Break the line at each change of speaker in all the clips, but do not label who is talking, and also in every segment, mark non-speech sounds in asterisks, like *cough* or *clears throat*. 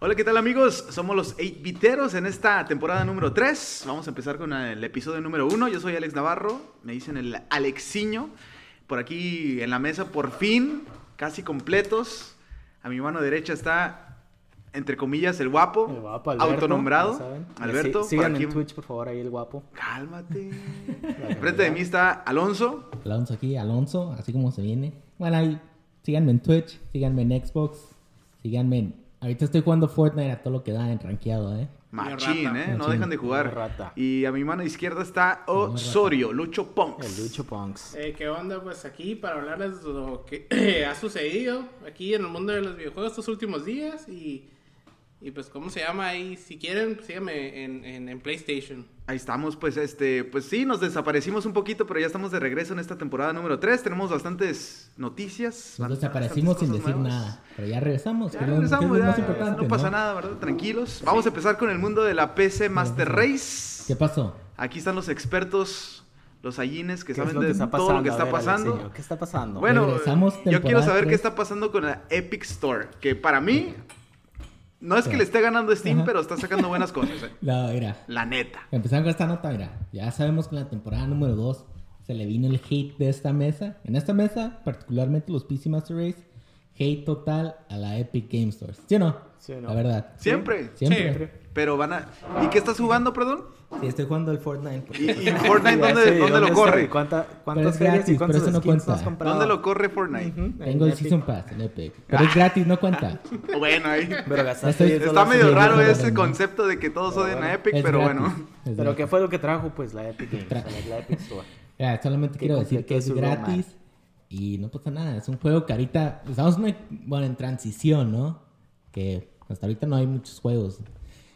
Hola, ¿qué tal amigos? Somos los 8-biteros en esta temporada número 3. Vamos a empezar con el episodio número 1. Yo soy Alex Navarro, me dicen el Alexiño. Por aquí en la mesa, por fin, casi completos. A mi mano derecha está, entre comillas, el guapo,
El guapo, Alberto, ya
autonombrado.
saben.
Alberto,
Sí- síganme
por aquí-
en Twitch, por favor, ahí el guapo.
*laughs*
*laughs*
Cálmate. Frente de mí está Alonso.
Alonso aquí, Alonso, así como se viene. Bueno, ahí, síganme en Twitch, síganme en Xbox, síganme en... Ahorita estoy jugando Fortnite a todo lo que da en rankeado, ¿eh?
Machín, ¿eh?
rata.
No
Machín.
dejan de jugar.
Muy rata.
Y a mi mano izquierda está Osorio, Lucho Ponks.
El Lucho Punks.
Eh, ¿Qué onda? Pues aquí para hablarles de lo que *clears throat* ha sucedido aquí en el mundo de los videojuegos estos últimos días y, y pues cómo se llama ahí. Si quieren, pues, síganme en, en, en PlayStation.
Ahí estamos, pues este, pues sí, nos desaparecimos un poquito, pero ya estamos de regreso en esta temporada número 3. Tenemos bastantes noticias.
Nos
bast-
desaparecimos
bastantes
sin
cosas
decir
nuevas.
nada, pero ya regresamos.
Ya
que es lo-
regresamos,
que es lo
ya,
más
ya,
importante,
no pasa nada, ¿verdad? Tranquilos. Vamos a empezar con el mundo de la PC Master
¿Qué
Race.
pasó?
Aquí están los expertos, los allines que
¿Qué es
saben
lo que
de
está
todo lo que
pasando? A
está
ver,
pasando.
Alexeño, ¿Qué está pasando?
Bueno,
Regresamos
yo quiero
temporada
saber qué
tres.
está pasando con la Epic Store, que para mí no es que le esté ganando Steam,
Ajá.
pero está sacando
*laughs*
buenas cosas, eh.
No, mira,
la neta.
empezando con esta nota, mira, ya sabemos que en la temporada número 2 se le vino el hate de esta mesa. En esta mesa, particularmente los PC Master Race, hate total a la Epic Game Store. ¿Sí o no?
Sí o no.
La verdad.
Siempre.
Siempre.
Pero van a ¿Y qué estás jugando, perdón?
Sí, estoy jugando el Fortnite. por
¿Y, y
*laughs* supuesto.
Fortnite
Ya
dónde,
sé,
dónde lo
está?
corre?
¿Cuánta-
Pero es
¿Cuántas series
gratis,
y cuántas
pero eso no
skins
cuenta.
has comprado?
¿Dónde lo corre Fortnite?
Ujú, en
Tengo el
Epic.
Season Pass en Epic. Pero es gratis, no cuenta.
*laughs* Bueno, ahí.
Pero gastaste
Estoy-
10
*laughs*
Está
dólares
medio
en
raro
Epic.
ese concepto de que todos odian a Epic,
Es
pero
gratis,
bueno.
es
Pero
gratis.
¿qué fue lo que trajo? Pues la Epic Games,
Tra-
o sea, la Epic
*laughs*
Store.
Ya, solamente
Qué
quiero decir
completo
que es
su broma.
gratis y no pasa nada. Es un juego que ahorita estamos en, una- bueno, en transición, ¿no? Que hasta ahorita no hay muchos juegos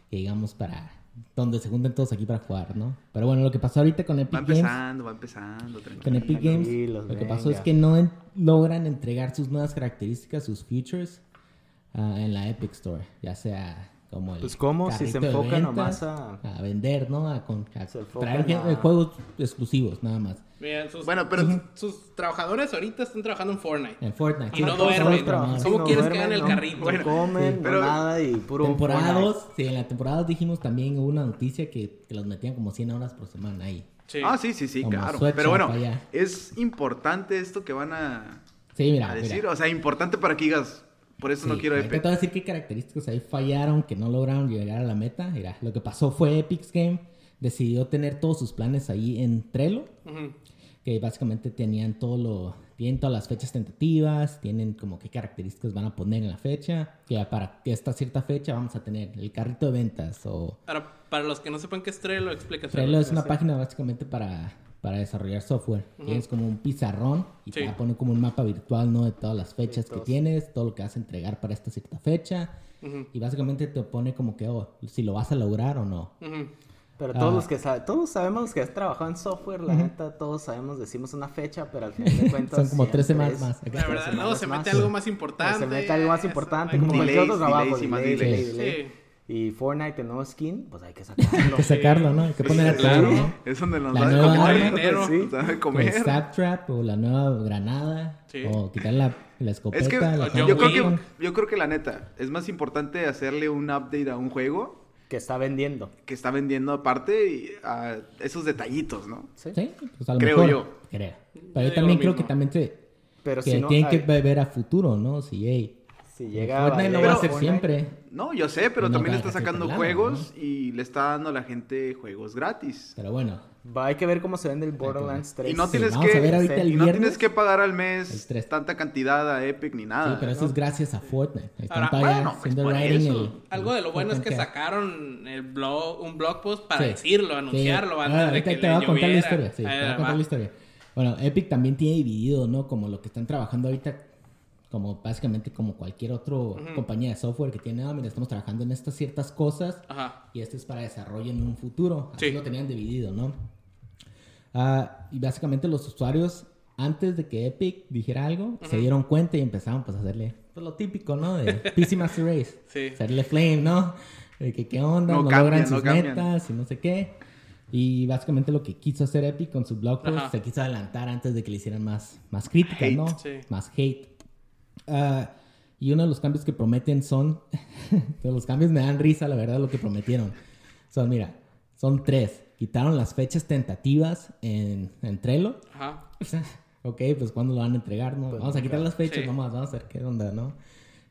que digamos para donde se junten todos aquí para jugar, ¿no? Pero bueno, lo que pasó ahorita con Epic
Va
Games,
empezando, va empezando,
con
tranquilo.
Epic Games,
Tranquilos,
lo que pasó
venga.
es que no en- logran entregar sus nuevas características, sus features ah, en la Epic Store, ya sea como el
Pues, ¿cómo? Si se
carrito de
enfocan
ventas,
nomás a-
vender, ¿no? A, con- a
Se enfocan
traer gen-
a-
juegos exclusivos, nada más.
Miren, sus,
Bueno, pero-
sus, sus trabajadores ahorita están trabajando en Fortnite.
En Fortnite.
Y no
Todos
duermen,
los programas.
¿Cómo
Sí, no
quieres que
duermen,
hagan el
no-
carrito?
No
Bueno,
comen,
sí,
no
pero-
nada y puro
Temporada
Fortnite.
2, sí, en la temporada 2 dijimos también hubo una noticia que, que los metían como 100 horas por semana ahí.
Sí.
Ah, sí, sí, sí,
Como
claro.
Sweatshop
Pero bueno,
allá.
es importante esto que van a,
Sí, mira,
a
Ah, mira.
decir. O sea, importante para que digas, por eso
Sí,
no quiero
ahorita
Epic.
Te voy a decir qué características ahí fallaron, que no lograron llegar a la meta. Mira, lo que pasó fue Epic Game decidió tener todos sus planes ahí en Trello,
Ujú.
que básicamente tenían todo lo, tienen todas las fechas tentativas, tienen como qué características van a poner en la fecha, que para esta cierta fecha vamos a tener el carrito de ventas o
Ahora, para los que no sepan qué es Trello, explícaselo.
Trello es una página básicamente para, para desarrollar software. Tienes como un pizarrón y
Sí.
te va a poner como un mapa virtual, ¿no? De todas las fechas que tienes, todo lo que vas a entregar para esta cierta fecha. Y básicamente te pone como que, oh, si lo vas a lograr o no.
Ujú.
Pero todos
Ah.
los que sa- todos sabemos los que has trabajado en software, la neta, todos sabemos, decimos una fecha, pero al final de
*laughs*
cuentas.
Son como tres
siempre
semanas más.
es-
La verdad, luego se
Más.
mete algo más importante.
Se mete algo más
eso,
importante,
hay
como
que-
cualquier otro
Delays,
trabajo.
delays y más
delay,
delays.
delay, delay.
Sí.
Y Fortnite, el nuevo skin, pues hay que
*laughs*
sacarlo.
Hay que sacarlo, ¿no? Hay que poner a
Claro,
todo, ¿no?
es donde nos
La
da de
nueva
comer.
arma.
*laughs*
Dinero.
Sí, nos da de
Como el
comer.
Trap o la nueva granada.
Sí.
O quitar la, la escopeta.
Es que
la
John
yo creo
Wick.
que, yo creo que la neta, es más importante hacerle un update a un juego
que está vendiendo.
que está vendiendo aparte y a esos detallitos, ¿no?
¿sí?
Sí, pues a lo
Creo
mejor,
yo.
Creo.
Yo
Pero yo también
digo lo
creo
mismo.
que también se...
Pero
que
si no,
tienen
ay,
que ver a futuro, ¿no? Si, hey, pues
si llega a
Fortnite no
valer
va a ser
Fortnite,
siempre.
No, yo sé, pero
No
también está
cada ratito
sacando
lana,
juegos y le está dando a la gente juegos gratis.
Pero bueno,
Va, hay que ver cómo se vende el Borderlands 3.
Y no
Sí,
tienes
vamos
que
a ver ahorita
sí,
el
y no
viernes.
tienes que pagar al
El
mes
tres.
tanta cantidad a Epic ni nada.
Sí, pero eso
¿no?
es gracias a Fortnite. Están
Ahora,
todavía
bueno, pues,
haciendo
por
writing
eso.
el-
Algo de lo bueno es que
content
sacaron el blog, un blog post para
Sí.
decirlo, anunciarlo
Sí.
antes
Ah,
de
ahorita
que
te
le
voy a contar la
lloviera.
historia. Sí,
A
te
ver,
voy a
va.
contar la historia. Bueno, Epic también tiene dividido, ¿no? Como lo que están trabajando ahorita, como básicamente como cualquier otra compañía de software que tiene, ah, mira, estamos trabajando en estas ciertas cosas
Ajá.
y este es para desarrollo en un futuro. Así
Sí.
lo tenían dividido, ¿no? Ah, y básicamente los usuarios, antes de que Epic dijera algo, se dieron cuenta y empezaron pues a hacerle pues, lo típico, ¿no?
*laughs*
De PC Master Race.
Sí.
Hacerle flame, ¿no? De que qué onda,
No
no,
cambian,
logran
no
sus
cambian.
metas y no sé qué. Y básicamente lo que quiso hacer Epic con su blog post,
Ajá.
se quiso adelantar antes de que le hicieran más, más críticas,
Hate,
¿no?
sí.
Más hate. Ah, Y uno de los cambios que prometen son. *laughs* todos los cambios me dan risa, la verdad, lo que prometieron. Son, mira, son tres. Quitaron las fechas tentativas en, en Trello.
Ajá.
*laughs* Ok, pues cuando lo van a entregar, ¿no? vamos a quitar las fechas
Pues Sí.
nomás, vamos a ver qué onda, ¿no?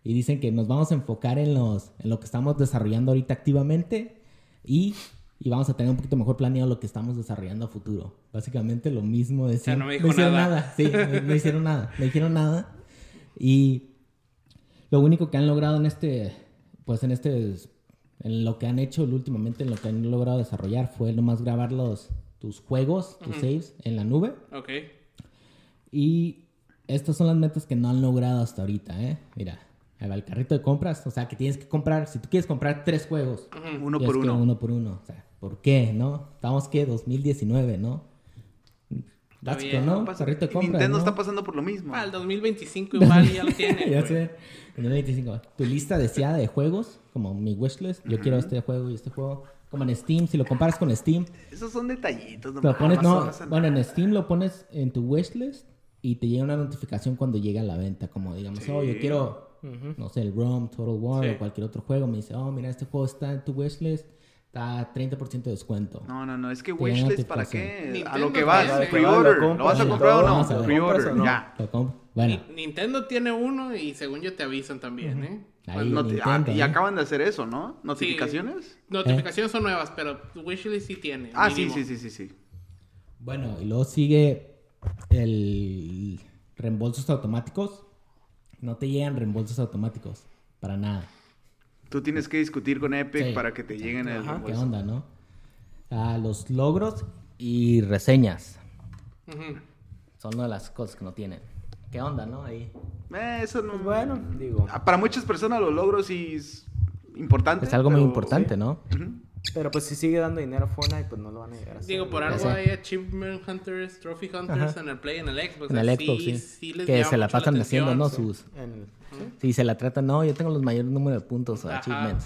Y dicen que nos vamos a enfocar en, los, en lo que estamos desarrollando ahorita activamente y, y vamos a tener un poquito mejor planeado lo que estamos desarrollando a futuro. Básicamente lo mismo de
sea, no me dijo
hicieron
nada.
Sí, no,
*laughs*
no hicieron nada, no dijeron nada. Y lo único que han logrado en este, pues en este, en lo que han hecho últimamente, en lo que han logrado desarrollar fue nomás grabar los, tus juegos, tus saves en la nube.
Ok.
Y estas son las metas que no han logrado hasta ahorita, ¿eh? Mira, ahí va el carrito de compras. O sea, que tienes que comprar, si tú quieres comprar tres juegos,
Uno
tienes
por
que ir
uno.
uno por uno. O sea, ¿por qué, no? Estamos que 2019, ¿no? Básico,
bien,
¿no?
Pasa-
Carrito de compras.
Nintendo
¿no?
está pasando por lo mismo.
Para
*laughs*
el 2025 igual ya lo tiene.
ya
güey.
sé. En el 25. Tu lista deseada de juegos, como mi wishlist. Yo quiero este juego y este juego. Como en Steam, si lo comparas con Steam,
Esos son detallitos.
Lo
nomás,
pones, no,
pasa
bueno, en
nada.
Steam lo pones en tu wishlist y te llega una notificación cuando llega a la venta. Como digamos, oh, yo quiero, no sé, el ROM, Total War
Sí.
o cualquier otro juego. Me dice, oh, mira, este juego está en tu wishlist, está a 30% de descuento.
No, no, no, es que
Te
wishlist
llega
para
notificación.
qué? A
Nintendo
lo que
también,
vas,
¿eh?
pre-order.
Lo
¿Lo vas a
compras,
comprar o
lo compras,
no?
lo
Pre-order,
compras o no.
ya.
Lo compro. Bueno,
Nintendo tiene uno y según yo te avisan también, ¿eh?
ahí
No te- ah,
Nintendo,
y
¿eh?
acaban de hacer eso, ¿no? ¿Notificaciones?
Notificaciones son nuevas, pero Wishlist sí tiene.
Ah, sí,
mínimo.
sí, sí, sí, sí.
Bueno, y luego sigue el reembolsos automáticos. No te llegan reembolsos automáticos, para nada.
Tú tienes que discutir con Epic
Sí.
para que te lleguen el
Ajá.
¿Qué
reembolso.
onda, no? Ah, los logros y reseñas
Ujú.
son una de las cosas que no tienen. ¿Qué onda, no? Ahí.
Eh, eso no...
Pues bueno, digo.
Ah, Para muchas personas los logros sí es importante.
Es algo muy
pero-
importante, ¿no?
Ujú.
Pero pues si sigue dando dinero a Fortnite, pues no lo van a llegar a hacer.
Digo, por
Ya
algo
sé.
hay Achievement Hunters, Trophy Hunters en el Play, en el Xbox.
En
o sea,
el Xbox, sí.
Pues, les
que
llama
se la
mucho
pasan
atención,
haciendo, ¿no?
sí.
Sus.
En el- ¿sí?
Sí, se la tratan. No, yo tengo los mayores números de puntos o
Ajá.
achievements.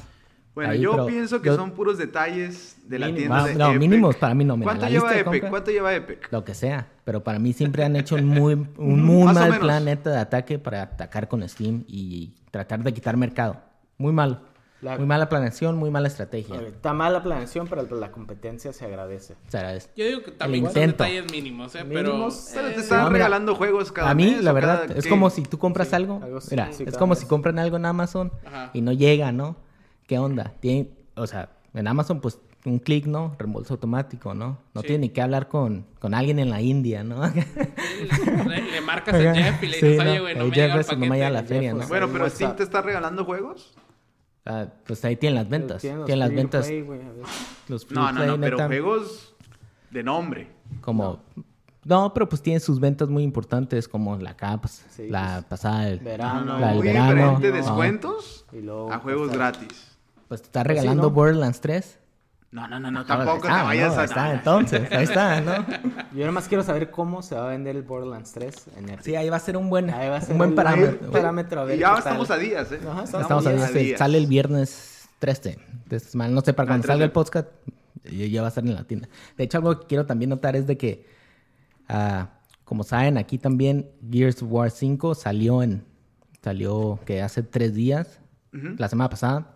Bueno,
Ahí,
yo
pero
pienso que
yo-
son puros detalles de la
Mínimo.
tienda
Ah,
de
no,
Epic.
mínimos para mí no, mira,
¿Cuánto
la
lleva
lista de
Epic?
compra-
¿Cuánto lleva Epic?
Lo que sea. Pero para mí siempre han hecho un muy, un muy
Más o
mal
menos.
plan neta de ataque para atacar con Steam y tratar de quitar mercado. Muy mal.
La-
Muy mala planeación, muy mala estrategia.
Ok, Eh, Está mala planeación, pero la competencia se agradece.
O sea, es-
Yo digo que también son
intento.
detalles mínimos, ¿eh?
Mínimos,
pero...
Pero
eh,
te están
no, mira,
regalando juegos cada
a mí,
mes
la
o
verdad,
cada-
es
¿qué?
como si tú compras algo.
algo así,
mira,
sí,
es
cada
como
mes.
si compran algo en Amazon
Ajá.
y no llega, ¿no? ¿Qué onda? Tiene, o sea, en Amazon, pues un clic, ¿no? Reembolso automático, ¿no? No
Sí.
tiene ni que hablar con, con alguien en la India,
*laughs*
¿no?
Le, le marcas a Jeff y le dices,
Sí,
oye,
no,
güey, no
ahí
me llega
Jeff
el
es el que me
paquete. pues,
llega la feria, ¿no?
Jeff,
Bueno, pero
WhatsApp.
Steam te está regalando juegos.
Ah, pues ahí tienen las ventas.
Tienen
Tienen,
los
las
free
ventas.
play, güey, a veces.
Los free
No, no,
play,
no, pero
neta,
juegos de nombre.
Como. No, pero pues tienen sus ventas muy importantes, como la CAPS,
Sí,
la
pues,
pasada, el-
verano.
la del
Muy
verano.
diferente
no.
descuentos
Y luego,
a juegos
o sea,
gratis.
Pues te está
sí,
regalando
¿no?
Borderlands 3.
No, no, no, no,
Ah,
tampoco
ahí
te vayas
no,
a...
ahí está, entonces, ahí está, ¿no?
*laughs*
Yo nada más quiero saber cómo se va a vender el Borderlands 3 en el...
Sí, ahí va a ser un buen,
Ahí va a ser
un buen
el-
parámetro.
el parámetro a ver
Y ya
qué
estamos a
sale.
días, ¿eh?
Ajá, estamos
Estamos a
a
10, sí, sale el viernes 13 de esta semana. No sé, para
Ah,
cuando salga el
13.
podcast, ya ya va a estar en la tienda. De hecho, algo que quiero también notar es de que, ah, como saben, aquí también Gears of War 5 salió en, salió que hace tres días, la semana pasada.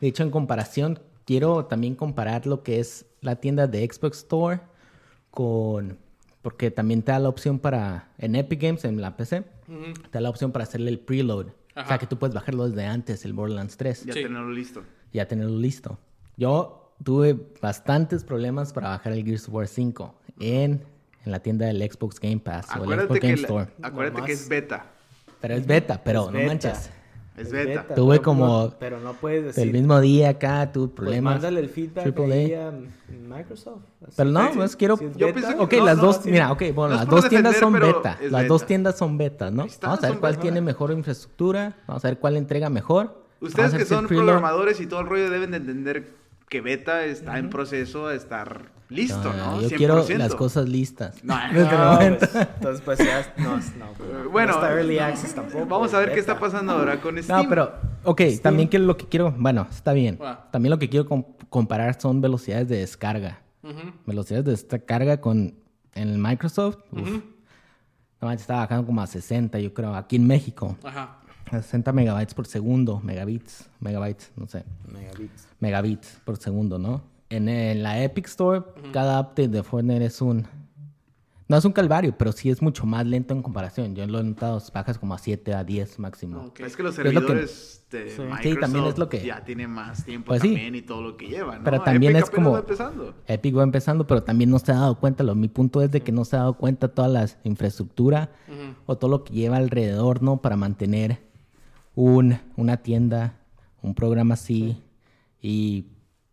De hecho, en comparación, quiero también comparar lo que es la tienda de Xbox Store con... Porque también te da la opción para... En Epic Games, en la PC, te da la opción para hacerle el preload. O
Ajá.
sea, que tú puedes bajarlo desde antes, el Borderlands 3.
Ya
Sí.
tenerlo listo.
Ya tenerlo listo. Yo tuve bastantes problemas para bajar el Gears of War 5 en, en la tienda del Xbox Game Pass o el
Acuérdate
Xbox
que,
Game
la-
Store.
acuérdate que es beta.
Pero es beta, pero
Es
no
beta.
manches.
Es
Es
beta.
beta,
Tuve
pero
como-
no- pero no puedes decir...
El mismo día acá tuve
pues,
problemas.
mándale el feedback
AAA.
ahí a Microsoft. así.
Pero no,
Sí, sí.
pues quiero...
Sí, es
Yo
beta.
pienso que-
Ok,
no,
las
no,
dos,
sí.
mira, ok,
No
bueno,
es
las
por
dos tiendas son
defender, pero
beta.
es
Las dos
beta.
tiendas son beta, ¿no?
Ahí está,
Vamos a ver
son
cuál
beta.
tiene mejor infraestructura, vamos a ver cuál entrega mejor.
Ustedes
vamos a
que
ver si el
son
preload-
programadores y todo el rollo deben de entender que beta está en proceso de estar listo, ¿no?
Ah, yo
100%.
quiero las cosas listas.
No,
*laughs* Desde el
No,
momento.
pues, entonces pues ya... No,
Eh,
no, no
*laughs* Bueno,
está Early
no,
Access tampoco.
vamos a ver
es
qué está
beta.
pasando ahora con Steam.
No, pero, ok, también que lo que quiero, bueno, está bien.
Ah.
También lo que quiero com- comparar son velocidades de descarga.
Ujú.
Velocidades de descarga con en el Microsoft. uf.
Ujú.
No manches, estaba bajando como a 60, yo creo, aquí en México.
Ajá.
a 60 megabytes por segundo, megabits, megabytes, no sé,
Megabits.
megabits por segundo, ¿no? En, en la Epic Store, cada update de Fortnite es un... No es un calvario, pero sí es mucho más lento en comparación. Yo lo he notado, bajas como a 7 a 10 máximo.
Ok.
Es que los
Es lo que-
servidores de
Sí.
Microsoft
Sí, también es lo que-
ya tiene más tiempo
Pues sí.
también y todo lo que llevan.
Pero también es como-
empezando.
Epic va empezando, pero también no se ha dado cuenta. Lo, mi punto es de que no se ha dado cuenta toda la infraestructura
Ujú.
o todo lo que lleva alrededor, ¿no? Para mantener un, una tienda, un programa así. Y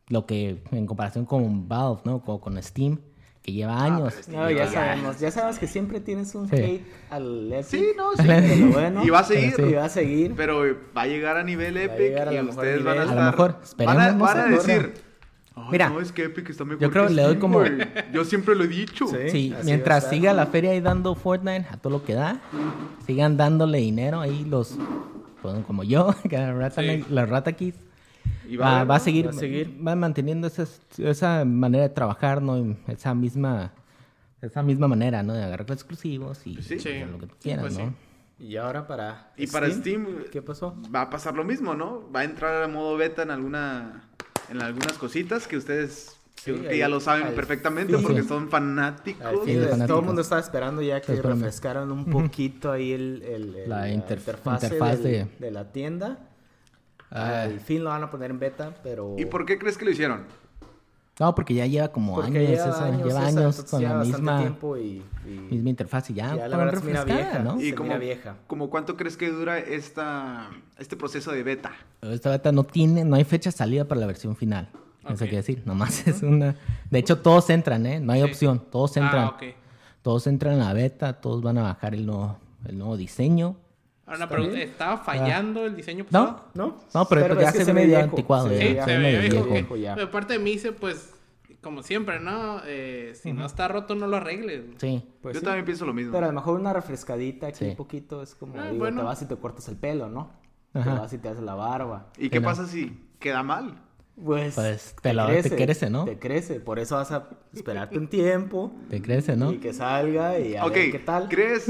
lo que, en comparación con Valve, ¿no? Con, con Steam, que lleva años.
pero Steam-
No, ya
Ya.
sabemos. Ya sabemos que siempre tienes un
Sí.
hate al Epic.
Sí, no, sí.
*laughs* Pero bueno.
Y va a seguir.
Y va a seguir.
Pero va a llegar a nivel Epic
llegar a
y
lo mejor
ustedes van a
nivel.
A
estar.
lo mejor,
van a,
esperemos, no
van a
sé, borra.
decir. "Ay,
Mira,
no, es que Epic está mejor.
yo creo
que
le doy
Steam,
como-
güey. Yo siempre lo he dicho.
Sí.
Sí,
así va
mientras
a ser.
siga la feria ahí dando Fortnite a todo lo que da, sigan dándole dinero ahí los, pues, como yo, *laughs* que la rata,
Sí.
la rata kids.
Y
va, va a
¿no?
seguir,
va a seguir.
va manteniendo esa, esa manera de trabajar, ¿no? Y Esa misma, esa misma manera, ¿no? De agarrar los exclusivos y
Sí.
y
Sí.
lo que quieran,
Pues sí.
¿no?
Y ahora para.
Y para Steam,
¿Qué pasó?
va a pasar lo mismo, ¿no? Va a entrar a modo beta en alguna en algunas cositas que ustedes
Sí,
yo creo que
ahí-
ya lo saben
al
perfectamente
fin.
porque
Sí.
son
Al
fanáticos.
fin,
de
es- todo
fanáticos.
el mundo estaba esperando ya que
Espérame.
refrescaran un poquito ahí el, el- el-
La interf-
interfase
interfaz
del-
de- Ah.
de la tienda. Al fin lo van a poner en beta, pero...
¿Y por qué crees que lo hicieron?
No, porque ya lleva como
porque
años,
lleva
eso,
años
lleva
esa,
años
entonces
con
lleva
la
bastante
misma,
tiempo y, y-
misma interfaz y ya,
Ya la
para
verdad se mira vieja.
¿no?
Se mira vieja.
como cuánto crees que dura esta este proceso de beta?
Esta beta no tiene, no hay fecha de salida para la versión final. Eso
Ok.
quiere decir, nomás es una... De hecho, todos entran, ¿eh? No hay
Sí.
opción, todos entran.
Ah, ok.
Todos entran a la beta, todos van a bajar el nuevo, el nuevo diseño.
Ahora una pregunta,
bien?
¿estaba fallando el diseño pasado?
¿No?
¿No?
No, pero esto ya
es que ve
se ve medio
viejo,
anticuado,
se
ya.
ve
Sí,
ya
se
me
ve
lo
viejo.
viejo.
ok.
ya.
Pero parte de mí dice, pues, como siempre, ¿no? Eh, si no está roto, no lo arregles.
Sí.
Pues
yo
sí,
también pienso lo mismo.
Pero a lo mejor una refrescadita aquí
Sí.
un poquito es como,
Ah,
digo,
bueno.
te vas y te cortas el pelo, ¿no?
Ajá.
Te vas y te haces la barba.
¿Y qué
no.
pasa si queda mal?
Pues,
Pues, te la- te crece, ¿no?
Te crece, por eso vas a esperarte un tiempo
Te crece, ¿no?
y que salga y a
ok,
ver qué tal. *laughs*
¿crees?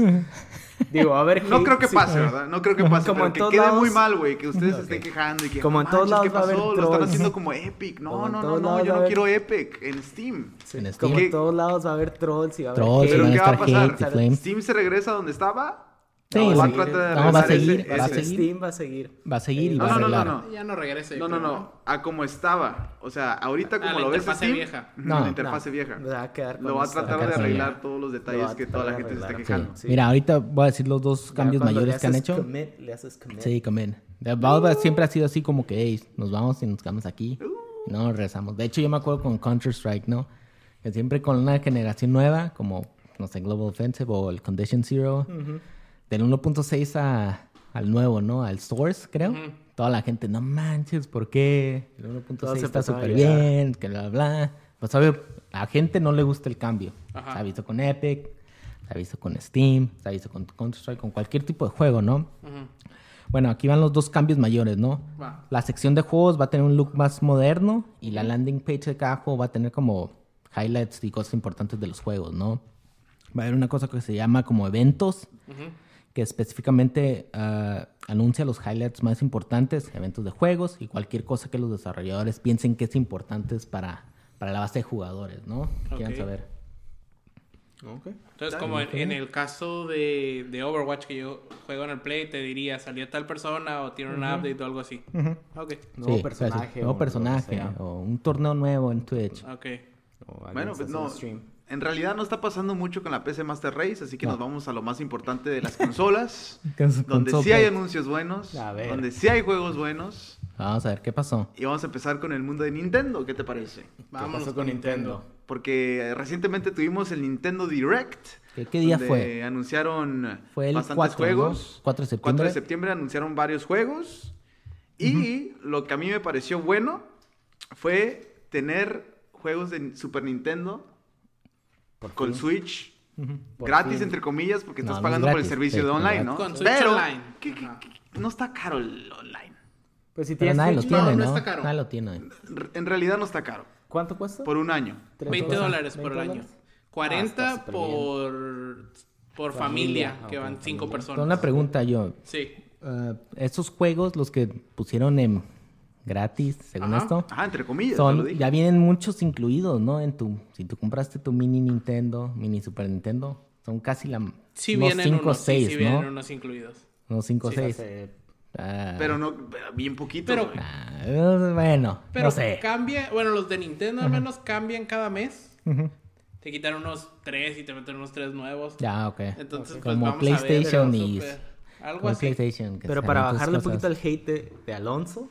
Digo, a ver
*laughs* No
hate,
creo que
sí.
pase, ¿verdad? No creo que pase,
Como
pero
en
que
todos
quede
lados-
muy mal, güey, que
*laughs*
ustedes se estén quejando y que
Como en
"No
todos
manches, ¿qué
lados va a haber
pasó? Lo están
trolls".
haciendo como Epic. No,
Como en
no, no,
todos
no,
lados
yo
va a
no
haber-
quiero Epic en Steam.
Sí,
En Steam.
Como en
¿Qué?
todos lados va a haber trolls y va a haber
Trolls,
hate.
Pero
van a
¿qué va a
estar
pasar?
hate y flame.
Steam se regresa donde estaba.
Sí,
No,
va-
va a
no,
tratar de
va a
regresar ese-
seguir, va
ese-
a
Ah,
seguir.
Steam va a seguir.
Va a seguir y
No,
va a
no, no, no,
arreglar.
no.
Ya no regrese.
No, no, no. A como estaba. O sea, ahorita como
Ah, la
lo ves
interfase
Steam,
vieja.
ujú, *laughs*
No,
la interfase
no,
vieja.
Va a quedar con
Lo va a
esta.
tratar
Acá
de
está bien.
arreglar todos los
Lo va
detalles
a
que toda la
tratar de
gente se está
arreglar,
quejando.
sí.
Mira, ahorita voy a decir los dos
Ya
cambios
cuando le
mayores que han
haces
hecho.
commit, le haces commit.
Sí, comen. De Valve siempre ha sido así como que, "Ey, nos vamos y nos quedamos aquí. Y No nos regresamos. De hecho, yo me acuerdo con Counter-Strike, ¿no? Que siempre con una generación nueva, como, no sé, Global Offensive o el Condition Zero, del 1.6 a- al nuevo, ¿no? Al Source, creo. Toda la gente, no manches, ¿por qué? El 1.6
Todos se
está
empezaron a
súper
llorar.
bien, que bla, bla, bla. Pues, obvio, a la gente no le gusta el cambio.
Ajá.
Se ha visto con Epic, se ha visto con Steam, se ha visto con Counter-Strike, con cualquier tipo de juego, ¿no?
Ujú.
Bueno, aquí van los dos cambios mayores, ¿no?
Va.
La sección de juegos va a tener un look más moderno y la landing page de cada juego va a tener como highlights y cosas importantes de los juegos, ¿no? Va a haber una cosa que se llama como eventos, que específicamente ah, anuncia los highlights más importantes, eventos de juegos y cualquier cosa que los desarrolladores piensen que es importante para, para la base de jugadores, ¿no? Quieran
Ok.
saber.
Entonces, como en, en el caso de, de Overwatch que yo juego en el Play, te diría, salió tal persona o tiene un update o algo así. Ok,
Nuevo
Sí, o sea, sí,
personaje.
nuevo
o lo que
personaje
sea,
o un torneo nuevo en Twitch.
ok.
o alguien
Bueno,
está
pues
haciendo
no.
stream.
En realidad no está pasando mucho con la PC Master Race, así que
No.
nos vamos a lo más importante de las consolas.
Con su
donde
consola.
sí hay anuncios buenos,
A ver.
donde sí hay juegos buenos.
Vamos a ver qué pasó.
Y vamos a empezar con el mundo de Nintendo, ¿qué te parece?
Vámonos
pasó con Nintendo?
Porque eh, recientemente tuvimos el Nintendo Direct.
¿Qué- qué día
donde
fue?
Anunciaron
Fue el
bastantes
4, ¿no?
juegos.
4 de septiembre.
4 de septiembre anunciaron varios juegos. Y lo que a mí me pareció bueno fue tener juegos de Super Nintendo
Por
con
fin.
Switch
Por
gratis,
fin.
entre comillas, porque
No,
estás
no es
pagando por el
gratis,
servicio
sí,
de online,
es
¿no?
gratis. Con Switch
Pero,
online.
¿qué- qué-
Ajá.
qué- no está caro el online.
Pues si
Pero
tienes
nadie lo
Switch,
no,
tiene,
no
¿no?
está caro.
Nadie lo tiene.
R- En realidad no está caro,
¿Cuánto cuesta?
por un año.
¿Tres
20
dólares?
dólares por el
¿20
año.
dólares? Ah,
40
está súper bien.
por, por
Familia,
familia, que
ok,
van 5
familia.
personas.
Una pregunta yo.
Sí.
ah, estos juegos, los que pusieron en gratis, según
Ajá.
esto,
Ah, entre comillas, te lo
son,
dije.
ya vienen muchos incluidos, ¿no? En tu, si tú compraste tu mini Nintendo, mini Super Nintendo, son casi la,
Sí
unos
vienen
5 o
unos, sí,
6,
sí
¿no?
vienen unos incluidos.
Unos 5 o
Sí,
6.
Eh,
Pero no, pero bien poquito.
Pero-
güey.
Ah, bueno,
Pero
no sé.
cambia, bueno, los de Nintendo al menos cambian cada mes. Te quitan unos tres y te meten unos tres nuevos.
Ya, ok.
Entonces, pues,
Como
vamos
PlayStation
a ver,
y...
super- algo
como
así.
PlayStation, que
Pero
sacan
para
tus
bajarle un
cosas.
poquito el hate de, de
*laughs*
Alonso,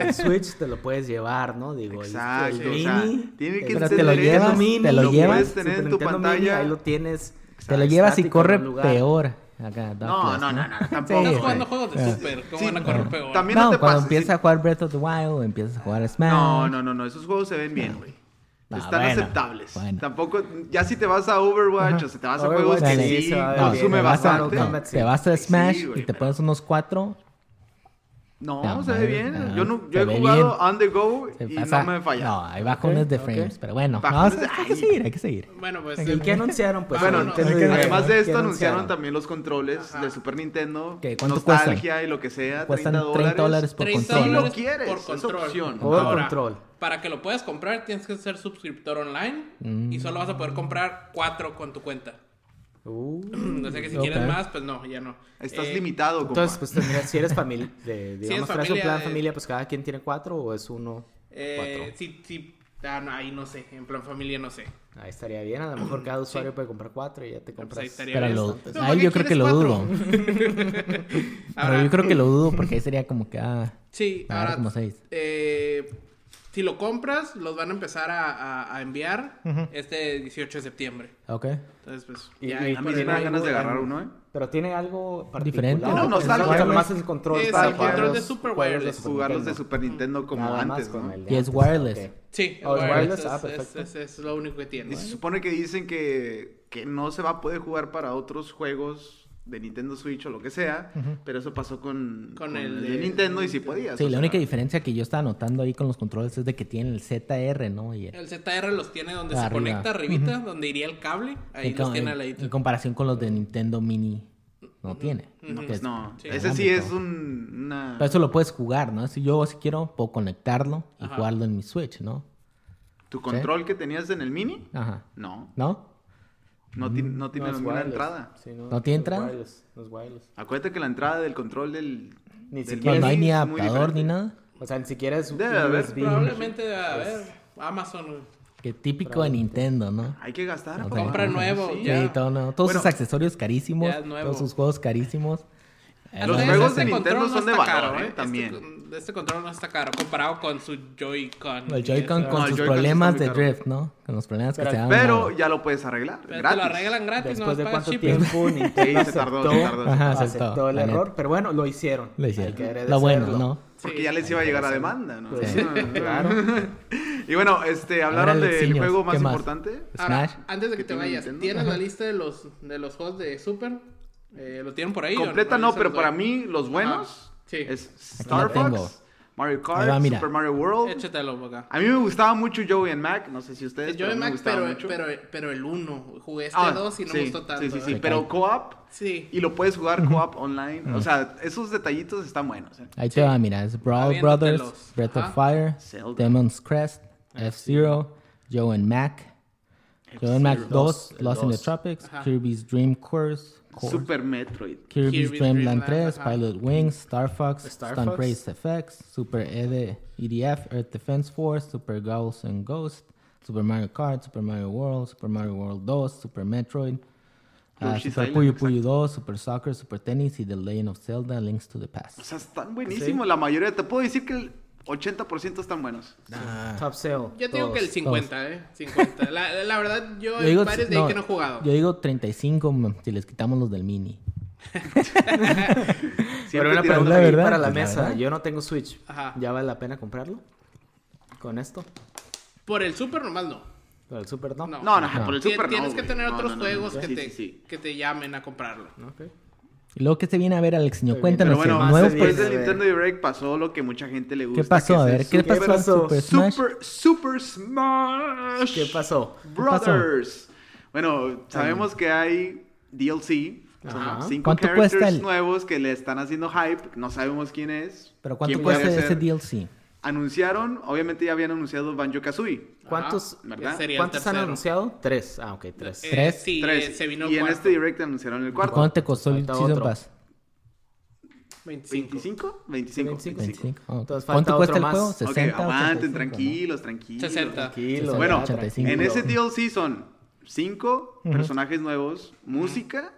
el Switch te lo puedes llevar, ¿no? Digo, el-
Exacto,
el
o sea,
mini,
tiene que
el
Pero
ser
te lo
Super
derecho,
Nintendo
llevas,
Mini,
te lo
Super
llevas.
puedes tener en tu
Nintendo Mini,
pantalla.
ahí lo tienes.
Te lo llevas y
estático en
corre
un lugar.
peor. Acá, Dark
No,
Souls,
no, no, no, tampoco,
*laughs* Sí,
Estás
güey.
jugando juegos de Super, ¿cómo
Sí,
van a correr
no.
peor?
También
No,
no te
cuando
pases,
empiezas
sí.
a jugar Breath of the Wild, empiezas a jugar Smash.
No, no, no, no, esos juegos se ven bien, güey.
Ah,
Están
bueno,
aceptables.
bueno.
Tampoco, ya si te vas a Overwatch o si te vas
Overwatch,
a juegos que
sí,
sí,
se va a ver
No,
bien.
consume
te vas a,
bastante.
no,
Combat, sí.
te vas a
Sí,
Smash
güey,
y te
pero-
pones unos cuatro.
No,
No,
se ve
madre,
bien.
no,
yo no, yo
se
he
ve
jugado
bien.
on the go
te
y
pasa-
no me falla.
No, hay bajones de
Ok,
frames,
ok.
pero bueno.
Bajones
no,
de-
hay que seguir, hay que seguir.
Bueno, pues.
¿Y qué anunciaron? Pues,
Bueno,
no,
Nintendo
no,
Direct,
además de
¿no?
esto,
¿Qué
anunciaron también los controles de Super Nintendo.
¿Qué? ¿Cuánto
nostalgia
cuestan?
y lo que sea.
Cuestan
30 dólares.
30 dólares por
30
Si
consola.
lo
dólares
quieres,
por
es
control.
opción.
Por
Ahora,
control.
Para que lo puedas comprar, tienes que ser suscriptor online y solo vas a poder comprar cuatro con tu cuenta. *clears throat*
Uh,
O sea que si
Mm, Ok.
quieres más, pues no, ya no.
Estás
Eh,
limitado, compa.
entonces, pues tendrías, si eres familia, de, digamos, traes un
familia
plan
de-
familia, pues cada quien tiene cuatro o es uno,
Eh, sí, sí. Ah, no, ahí no sé. En plan familia no sé.
cuatro. Ahí estaría bien, a lo
*clears throat*
mejor cada usuario puede comprar cuatro y ya te
Pues ahí
compras.
estaría
Pero
bien.
lo,
No, ¿para
ahí
qué
yo creo que
quieres
lo
cuatro?
dudo.
*laughs*
Ahora-
Pero yo creo que lo dudo porque ahí sería como que. ah,
Sí,
Va a dar
ahora.
como seis.
eh, si lo compras, los van a empezar a, a- a enviar este 18 de septiembre.
ok.
Entonces, pues.
Y-
ya
y-
ahí
a
por
mí
ahí
sí me dan
va.
ganas de agarrar uno, ¿eh?
Pero tiene algo particular.
Diferente. No,
No, no,
nostalgia,
no.
güey.
más el control.
Es
para
el control
jugar
de
los
Super
juegos
Wireless.
Super
Jugarlos de
Nintendo.
Super Nintendo como
Nada más
antes,
con
¿no?
el de
Y es
antes,
wireless.
ok.
Sí,
Oh, es wireless,
es,
ah,
es-
perfecto.
es- es lo único que tiene.
Y se supone que dicen que, que no se va a poder jugar para otros juegos de Nintendo Switch o lo que sea, pero eso pasó con,
Con el
de
de-
Nintendo y sí podías.
Sí,
o
la
sea,
única diferencia que yo estaba notando ahí con los controles es de que tienen el ZR, ¿no? Y
El ZR los tiene donde se
Arriba.
conecta arribita, donde iría el cable. Ahí
en,
los
co-
tiene
en-
al
en
ladito.
comparación con los de Nintendo Mini, no tiene.
No,
que
pues
es Pues,
no.
Sí.
Ese sí es
inalámbrico.
un, una...
Pero eso lo puedes jugar, ¿no? Si yo, si quiero, puedo conectarlo y
Ajá.
jugarlo en mi Switch, ¿no?
¿Tu control que tenías en el mini?
Ajá.
No,
¿No?
no, ti- no tiene
es
ninguna
wireless.
entrada.
Sí, no,
¿No tiene
es
entrada?
wireless, no es wireless.
Acuérdate que la entrada del control del...
Ni
del
siquiera-
mini
No, no hay ni
es muy
adaptador ni
diferente.
nada.
O sea, ni siquiera es
Debe haber,
USB.
Probablemente, a ver, Amazon. güey.
Que típico de Nintendo, ¿no?
Hay que gastar.
No
papá.
Compra
Sí,
nuevo.
sí.
ya.
Sí, todo nuevo. Todos
Bueno,
sus accesorios carísimos,
ya es nuevo.
todos sus juegos carísimos. Eh,
Los
no,
Entonces,
juegos
no sé.
de Nintendo
este control
son de
está
valor, ¿eh?
Este
También.
con- Este, control no está caro comparado con su Joy-Con.
El Joy-Con
Eso.
con
No, el Joy-Con
sus
sí
problemas
está
de
muy caro.
drift, ¿no? Con los problemas que
Pero-
se dan.
Pero ya lo puedes arreglar.
Pero te
gratis.
lo arreglan gratis, no
Después
es
de
para
cuánto
shipping.
*laughs*
tiempo Nintendo
Sí, se tardó, se
aceptó-
tardó.
Ajá,
aceptó,
aceptó,
el
la neta.
error, pero bueno, lo hicieron.
Lo
Hay
hicieron.
que
Lo bueno,
agradecerlo.
¿no?
Porque
Sí.
ya les iba a llegar a demanda, ¿no?
Pues,
Sí.
*laughs*
claro.
*laughs* Y bueno, este, hablaron
Ahora,
del
Alexiños,
juego más
¿qué más?
importante. Ah,
Ahora,
Smash.
antes de que
Que
te
tiene
vayas,
Nintendo.
¿tienes la lista de los, de los juegos de Super? Eh, ¿Lo tienen por ahí? o
Completa
yo
no,
se
pero
los
para
doy?
mí los buenos
Ah, sí.
es
la
Star
tengo.
Fox, Mario Kart,
Ahí va, mira.
Super Mario World.
Échatelo acá.
A mí me gustaba mucho Joey and Mac, no sé si ustedes,
Yo
Ah, pero a
de
mí me
Mac,
gustaba
pero,
mucho.
pero, pero el 1. Jugué este
Ah,
2 y no
sí,
me gustó tanto.
Sí, sí, sí,
¿eh?
pero co-op
Sí.
y lo puedes jugar co-op online. O sea, esos detallitos están buenos. ¿eh?
Ahí te va, mira, es Brawl
Aviéntatelos.
Brothers, Breath
Ajá.
of Fire,
Zelda.
Demon's Crest, F-Zero, Joe and Mac, Joe and Mac 2,
Dos, el
Lost in the
dos.
Tropics,
Ajá.
Kirby's Dream Course, Course,
Super Metroid.
Kirby's,
Kirby's
Dream
Dream
Land
Land,
3,
ajá.
Pilot Wings, Star Fox,
Star
Stunt
Fox.
Race FX, Super E ED, EDF, Earth Defense Force, Super Ghosts and Ghost, Super Mario Kart, Super Mario World, Super Mario World 2, Super Metroid, ah,
Yoshi's
Super
Island,
Puyo Puyo 2, Super Soccer, Super Tennis y The Legend of Zelda, Links to the Past.
O sea, están buenísimos la mayoría. Te puedo decir que el 80% están buenos.
Top sale.
Yo te digo que el
todos.
50, ¿eh? 50. La, la verdad, yo,
Yo
hay
digo,
varios de ahí que no he jugado.
Yo digo 35 ma, mm, si les quitamos los del mini.
Siempre
Pero
tirando
una pregunta
la
ahí
verdad. Pues
para la
La
mesa.
verdad.
Yo no tengo Switch.
Ajá.
¿Ya vale la pena comprarlo? Con esto.
Por el Super nomás no.
Con el Super no.
No.
No, no, por el
Ti-
Super no,
Tienes que
güey.
tener
No,
otros
no, no, no,
juegos
no.
que,
Sí,
te,
sí, sí.
que te llamen a comprarlo.
Ok.
Y luego que se viene a ver, Alex Niño,
Muy bien,
cuéntanos
Pero bueno,
el nuevo
más de
después
diez.
proyecto.
del Nintendo Direct pasó lo que mucha gente le gusta.
¿Qué pasó?
que
A
es
ver,
el
¿qué
Super-
pasó en
pasó?
Super Smash?
Super, Super Smash
¿Qué pasó?
Brothers. Bueno, sabemos que hay DLC Son
Ajá.
cinco
¿Cuánto
characters
cuesta el-
nuevos que le están haciendo hype. No sabemos quién es.
Pero ¿cuánto
quién puede
cuesta ese
ser.
DLC?
Anunciaron, obviamente ya habían anunciado Banjo Kazooie.
¿Cuántos,
Ah, ¿verdad?
Sería el
¿cuántos han
tercero.
anunciado? Tres. Ah, ok, tres.
Eh,
Tres.
Sí, eh, se vino
y en
cuarto.
este direct anunciaron el cuarto.
¿Cuánto te costó el
Falta
Season
otro.
Pass?
25.
¿25? 25.
25.
25. Ah, ok.
Entonces, falta
¿Cuánto cuesta
otro
el
más.
juego?
Ok,
60.
Ok, aguanten,
85,
tranquilos, tranquilos.
60.
Tranquilo,
Bueno,
ya, tranquilo.
En ese DLC son cinco personajes nuevos, música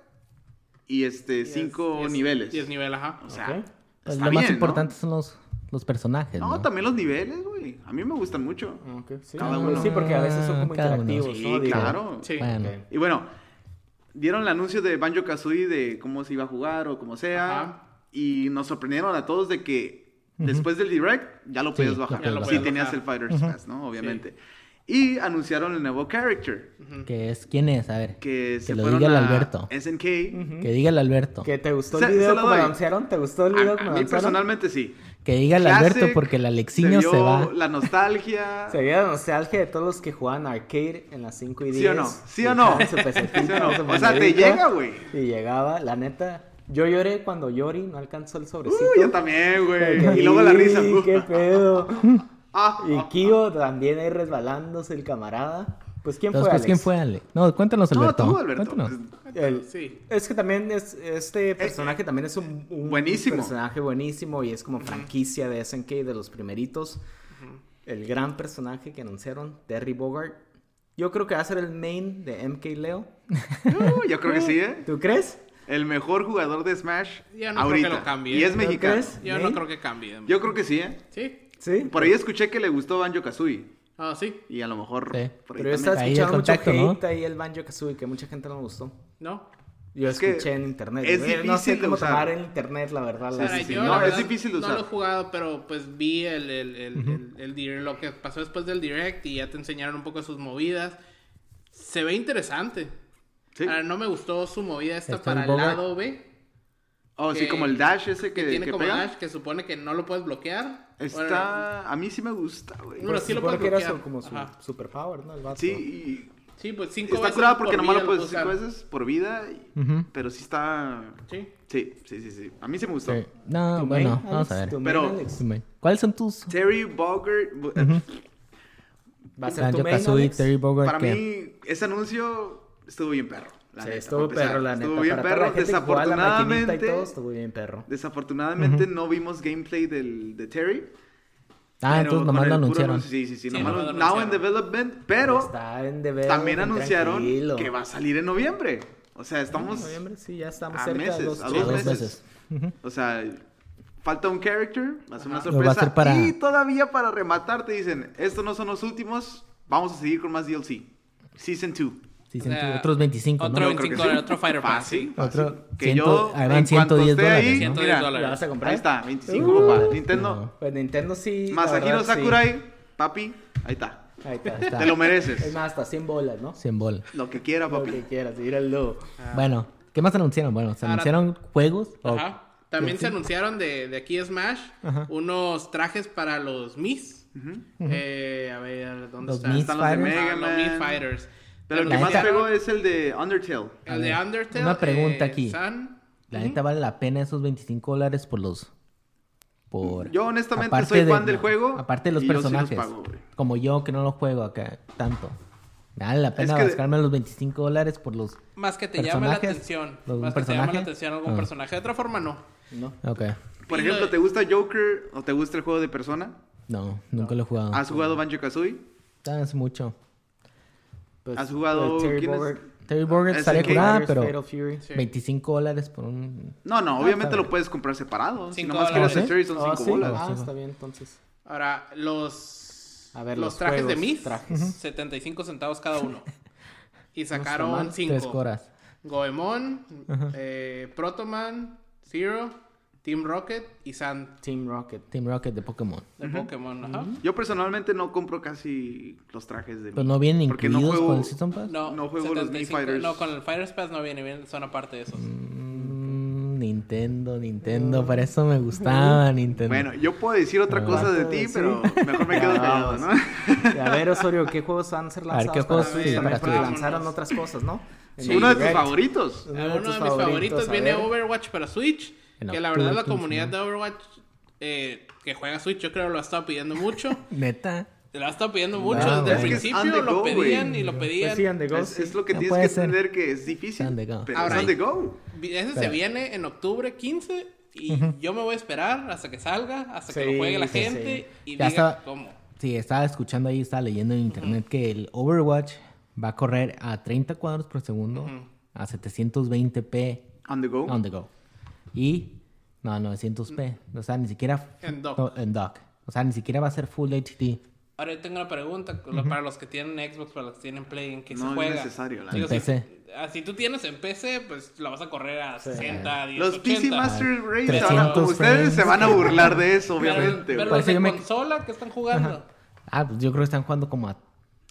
y este
Diez-
cinco
diez-
niveles.
10 niveles, ajá.
O sea,
Ok.
Pues
está
lo más
bien, ¿no?
importante son los, los personajes.
No,
No,
también los niveles, güey. A mí me gustan mucho.
Ok, sí.
Cada
Ah,
uno.
Sí, porque a veces son como
Cada uno.
interactivos,
Sí,
¿no? Digo,
claro.
Sí.
Bueno,
Ok.
Y bueno, dieron el anuncio de Banjo Kazooie de cómo se iba a jugar o como sea.
Ajá.
Y nos sorprendieron a todos de que después del direct ya lo
Sí,
podías
ya
bajar.
lo
si
podías
tenías
bajar.
el Fighters Pass, ¿no? Obviamente. Y anunciaron el nuevo character.
¿qué es? ¿Quién es? A ver.
Que, se
lo
fueron
diga el
a
Alberto.
SNK.
Que diga el Alberto.
¿Que te gustó
Se-
el video
se lo
que me
doy.
anunciaron? ¿Te gustó el video que
A,
me
a mí
anunciaron?
personalmente sí.
Que diga el
Classic,
Alberto porque el Alexiño se,
vio
va.
La nostalgia.
*laughs* Se veía la nostalgia de todos los que jugaban arcade en las 5 y 10.
¿Sí o no? ¿Sí o no?
Y su
*laughs*
pesetita,
¿Sí o no?
su
O sea, te
monedita,
llega, güey.
Y llegaba, la neta. Yo lloré cuando Yori no alcanzó el
Uh,
sobrecito.
yo también,
Porque,
güey. Y luego la
"Ih,
risa. uh.
¿Qué pedo?
*laughs* Ah,
Y Kyo también ahí resbalándose el camarada. Pues ¿quién
Entonces, pues,
fue
¿quién
Alex?
fue Ale? No, cuéntanos,
no,
Alberto.
tú, Alberto.
Cuéntanos.
El-
Sí.
Es que también es, este personaje también es un, un
Eh, Buenísimo.
personaje buenísimo y es como franquicia de SNK de los primeritos. El gran personaje que anunciaron, Terry Bogart. Yo creo que va a ser el main de MK Leo.
Uh, yo creo que sí, ¿eh?
¿Tú crees?
El mejor jugador de Smash
Ya no creo
ahorita.
que lo cambie.
Y es
¿No
mexicano.
crees?
Yo
¿Sí?
no creo que cambie.
Yo creo que sí, ¿eh?
Sí.
Sí.
Por ahí escuché que le gustó Banjo Kazooie.
Ah, sí.
Y a lo mejor.
Sí.
por ahí
Pero yo
también.
estaba
Ahí el
escuchando mucho
contacto, ¿no?
hate ahí el Banjo Kazooie que mucha gente no le gustó.
No.
Yo
Es que
escuché en internet.
es
güey, no sé
difícil de
cómo
usar.
tomar en internet, la verdad.
Sí,
la-
Ahora,
sí, sí.
yo,
No,
la
es
verdad,
difícil de
No
usar.
lo he jugado, pero pues vi el, el, el, el- el direct, lo que pasó después del direct y ya te enseñaron un poco sus movidas. Se ve interesante.
Sí.
Ahora, Ah, no me gustó su movida esta
Está
para
el
el
Bogart.
lado B.
Oh, sí,
que-
como el dash ese que,
Que, tiene
que
como
pega.
dash que supone que no lo puedes bloquear. Bueno,
Está. A mí sí me gusta, güey.
Bueno,
Pues,
sí lo
supongo
puedes
que era
bloquear.
su- como su
Ajá.
superpower, ¿no? El vato.
Sí, y.
sí, pues cinco
Está
veces
curada porque
por
nomás
vida
lo puedes
puedes
cinco
usar.
veces por vida. y-
Ujú.
Pero sí está.
Sí.
Sí, sí, sí, sí. A mí sí me gustó.
Sí. No,
Tu
Ah, bueno,
main,
vamos
Alex,
a ver.
tu main,
Pero-
Alex.
Tu main. ¿Cuáles son tus?
Terry Bogart. bu- eh,
Va a ser tu
Banjo
main,
Kazooie,
Alex?
Terry Bogart.
Para
que-
mí, ese anuncio estuvo bien perro. la
Sí,
neta,
estuvo
para empezar.
perro, la neta.
Estuvo bien
Para toda
perro.
la gente que jugaba a la maquinita y
Desafortunadamente.
todo, estuvo bien perro.
Desafortunadamente no vimos gameplay del, de Terry.
Ah,
pero
entonces
con
nomás
el
lo
puro
anunciaron.
anuncio- Sí, sí, sí.
Sí,
nomás
nomás
lo-
lo
now in
anunciaron.
development, pero
Está en development,
también anunciaron
tranquilo.
que va a salir en noviembre. O sea, estamos...
En noviembre, sí, ya estamos
a
cerca
meses,
de los
a
A
dos
dos
meses.
veces.
O sea, falta un character, va a ser una
Lo va a
sorpresa.
hacer para-
Y todavía para rematar te dicen, estos no son los últimos, vamos a seguir con más DLC. Season 2.
Sí,
O sea,
sentí- otros 25, ¿no?
otro- 25, otro Fighter Pass.
Fácil, fácil.
Otro
Que
100,
yo,
ahí van
en cuanto
110
esté ahí,
dólares, ¿no?
mira,
110 dólares.
¿La vas a comprar?
Ahí está, 25,
Uh,
papá. Nintendo,
no.
Pues Nintendo sí. la
Masahiro
verdad, sí.
Sakurai, papi, ahí está.
Ahí está.
*laughs*
está.
Te lo
Es
mereces.
más, hasta 100 bolas, ¿no?
100 bolas.
Lo que quiera,
Lo
papi.
que quieras, míralo.
Ah.
Bueno, ¿qué más anunciaron? Bueno, se
Ahora-
anunciaron juegos. o-
Ajá. También se anunciaron de, de aquí Smash unos trajes para los Mis. Eh, a ver, ¿dónde
Los
están?
Mis
Están
los de
Fighters.
Mega
Ah, los Mis
Man.
Fighters.
Pero el que
La
más
neta-
pegó es el de Undertale.
El de Undertale.
una pregunta
eh,
aquí.
San,
La neta vale la pena esos 25 dólares por los. Por...
Yo honestamente
aparte
soy fan
de-
del juego
Aparte de los
y yo sí los
personajes.
pago, güey.
como yo que no lo juego acá tanto. Me vale la pena
que-
gastarme los 25 dólares por los.
Más que te llama la
Personajes.
atención.
¿Algún
Más que te llama la
personaje?
atención algún
Ah.
personaje. De otra forma, no.
No.
Ok.
Por
Y
ejemplo,
lo-
¿te gusta Joker o te gusta el juego de persona?
No, nunca lo he jugado.
¿Has jugado Banjo Kazooie?
Hace mucho.
Pues,
¿Has jugado-
pues, Terry
quién es?
Bogart,
Terry Bogard
Es
estaría
el King
curada,
Fighters, Fatal
pero
Fury.
Sí.
25 dólares por un.
No, no,
Ah,
obviamente
está
lo
bien.
puedes comprar separado. Si
Cinco
nomás quieres el
dólares.
series son
Ah,
5
sí.
bolas.
Ah,
Sí.
está bien, entonces.
Ahora, los.
A ver,
los,
los
trajes de
juegos,
Mis.
trajes.
75 centavos cada
*laughs*
uno. Y
mal,
sacaron
Tres
5.
horas.
Goemon, eh, Protoman, Zero, Team Rocket y Sand
Team Rocket.
Team Rocket de Pokémon.
de Pokémon. Ajá.
Yo personalmente no compro casi los trajes de
Pero no vienen
Porque no
incluidos
juego-
con el Season Pass.
No,
No juego los Mii Fighters.
No, con el Fighters Pass no viene, viene- son aparte de esos.
Mm, Nintendo, Nintendo, para eso me gustaba Nintendo.
Bueno, yo puedo decir otra
Me
cosa
vas
de
a
ti,
Ah, decir.
pero mejor
*laughs*
me quedo
Ya,
callado, ¿no?
Y a ver, Osorio, ¿qué juegos van a ser
A ver,
lanzados?
¿qué juegos
para-
sí,
también
para
porque
ti?
lanzaron otras cosas, ¿no? En
Sí.
el
Uno de tus
Direct.
favoritos.
Uno
A Uno de mis
favoritos,
favoritos
a
viene
ver.
Overwatch para Switch.
En
Que la verdad la
octubre,
comunidad
¿no?
de Overwatch eh, que juega Switch yo creo lo ha estado
*laughs*
pidiendo mucho.
Neta.
Lo ha estado pidiendo mucho.
Ah,
Desde el
güey.
Es
principio
on the
lo
go,
pedían
güey.
y lo
Pues sí,
pedían.
on the go,
Es,
sí.
es lo que
No
tienes
puede
que
ser.
entender que es difícil.
Es on the go.
Pero
Ahora,
es on the go.
Ese se
Pero-
viene en octubre 15 y yo me voy a esperar hasta que salga, hasta que
Sí,
lo juegue la
sí,
gente y
Ya
diga
está.
cómo.
Sí, estaba escuchando ahí, estaba leyendo en internet que el Overwatch va a correr a 30 cuadros por segundo, a 720p
On the go.
on the go. Y no, 900p. O sea, ni siquiera.
En dock.
no, en dock. O sea, ni siquiera va a ser full HD.
Ahora yo tengo una pregunta con lo- para los que tienen Xbox, para los que tienen Play, ¿en qué
No
se
es
juega?
necesario, la
En
si-
PC.
ah, Si, tú tienes en PC, pues la vas a correr a 60, 10,
Los PC
80.
Master Race,
300
ahora como ustedes
frames.
se van a burlar de eso,
Pero-
obviamente.
Pero,
güey.
Por
los
eso
de
yo me-
consola que están jugando.
Ah, pues yo creo que están jugando como a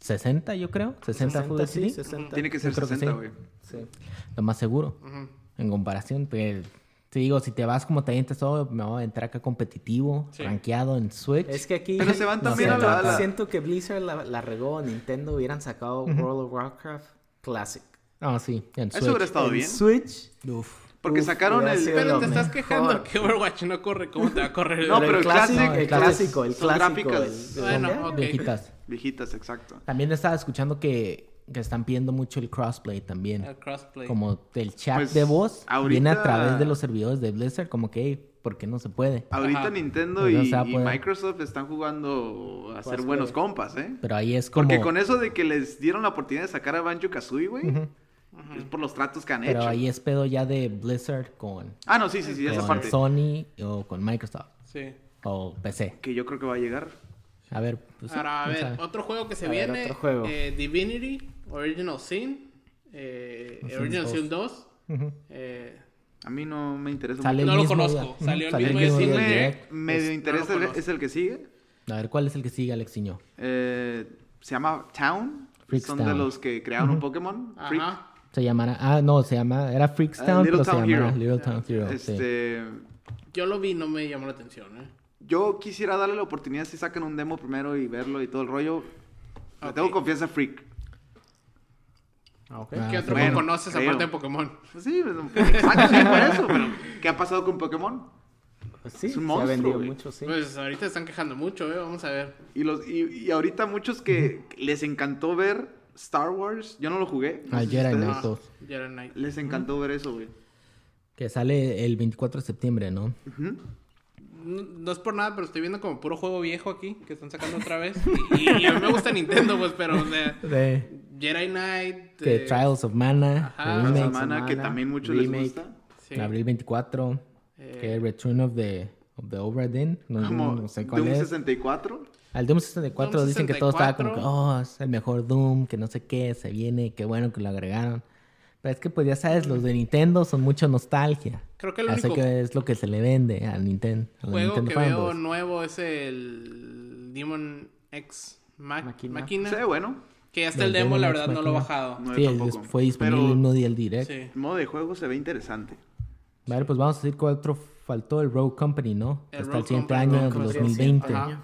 60, yo creo. 60, full
60, sí,
HD.
60.
Tiene que ser
Yo creo que
60,
sí.
güey.
Sí.
Lo más seguro. En comparación, pero te digo, si te vas como te avientas todo, me voy a entrar acá competitivo,
Sí.
rankeado en Switch.
Es que aquí.
Pero se van
No,
también
sí,
a la- a la...
Siento que Blizzard la, la regó. Nintendo hubieran sacado World of Warcraft Classic.
Ah, sí, en Switch.
Eso hubiera estado
En
bien.
Switch.
Uf.
Porque
Uf,
sacaron
hubiera
el-
sido
Pero
lo
te
mejor.
estás quejando que Overwatch no corre. ¿Cómo te va a correr?
No, pero
Pero
el
el clásico,
Classic,
el
el
clásico, el
Classic, son
clásico.
gráficas.
el- el-
Bueno, ok.
Viejitas.
Viejitas, exacto.
También estaba escuchando que, que están pidiendo mucho el crossplay también.
El crossplay.
Como el chat
Pues,
de voz viene
ahorita-
a través de los servidores de Blizzard, como que, hey, ¿por qué no se puede?
Ahorita
Ajá.
Nintendo
Pues no
y,
se va a
y
poder.
Microsoft están jugando a ser
Pues,
Crossplay.
buenos compas, ¿eh?
Pero ahí es como...
Porque con eso de que les dieron la oportunidad de sacar a Banjo Kazooie, güey, es por los tratos que han
Pero
hecho.
ahí es pedo ya de Blizzard con,
Ah, no, sí, sí, sí, esa
con
parte.
Sony o con Microsoft
Sí.
o PC.
Que yo creo que va a llegar.
A ver, pues,
Ahora, a
quién
ver,
sabe.
otro juego que se
A ver,
viene.
otro juego.
eh, Divinity, Original Sin, eh,
Sin
Original
dos.
Sin 2.
Ujú.
eh,
A mí no me interesa
Sale
No
el
lo
mismo
conozco,
día. Ujú,
salió el
mucho.
mismo
El que
día.
sí
Sale
me
direct.
medio interesa
conozco.
es el que sigue.
A ver, ¿cuál es el que sigue, Alexiño?
Eh, se llama Town.
Freaks
Son de
Town.
los que crearon un Pokémon. Freak.
Ajá.
Se llamará... Ah, no, se llama... Era
Ah,
Freakstown,
Little
pero se
Town
llamará
Hero.
Little Town Hero. sí.
Este,
Yo lo vi, no me llamó la atención. ¿eh?
Yo quisiera darle la oportunidad si sacan un demo primero y verlo y todo el rollo. Le tengo
Ok.
confianza a Freak.
Ah, ok.
Ah,
¿Eh? ¿Qué otro
bueno,
juego conoces
creo.
aparte de Pokémon?
Pues sí, *laughs* pues, exacto, sí, por eso. Pero, ¿qué ha pasado con Pokémon?
Pues sí,
Es un
se
monstruo,
ha vendido
güey.
mucho, sí.
Pues ahorita están quejando mucho, ¿eh? Vamos a ver.
Y, los, y, y ahorita muchos que les encantó ver Star Wars, yo no lo jugué. no
Ah,
sé si
Jedi
ustedes-
Knight. Dos.
Jedi Knight.
Les encantó ver eso, güey.
Que sale el 24 de septiembre, ¿no?
Ujú.
No, no es por nada, pero estoy viendo como puro juego viejo aquí que están sacando otra vez. Y, y a mí me gusta Nintendo, pues, pero, o sea,
De...
Jedi Knight.
Que
eh,
Trials of Mana,
Ajá.
el
La
remake,
semana que
semana,
también muchos
remake.
les gusta.
sí. Eh.
abril 24, que Return of the, of the Obra Dinn, no,
Como
no sé cuál
Doom
es.
64.
Al Doom 64
Doom
dicen que todo estaba como, que,
64.
oh, es el mejor Doom, que no sé qué, se viene, qué bueno que lo agregaron. Pero es que, pues ya sabes, los de Nintendo son mucha nostalgia.
Creo que el
Así
único
que es lo que se le vende a Nintendo. A los
juego
Nintendo
que veo
fanboys.
nuevo es el Demon X Ma-
Máquina.
Máquina.
Se ve bueno.
Que hasta el
Del
demo, la
Demon X
verdad, no lo he
Máquina.
bajado.
No,
Sí,
yo
el-
tampoco.
fue disponible
Pero-
el mismo día el direct.
Sí.
El modo de juego se ve interesante.
Vale, pues vamos a decir cuál otro faltó, el Road Company, ¿no?
El
Hasta
Road
el siguiente
Company,
año,
Road
el
Company,
2020.
Ajá.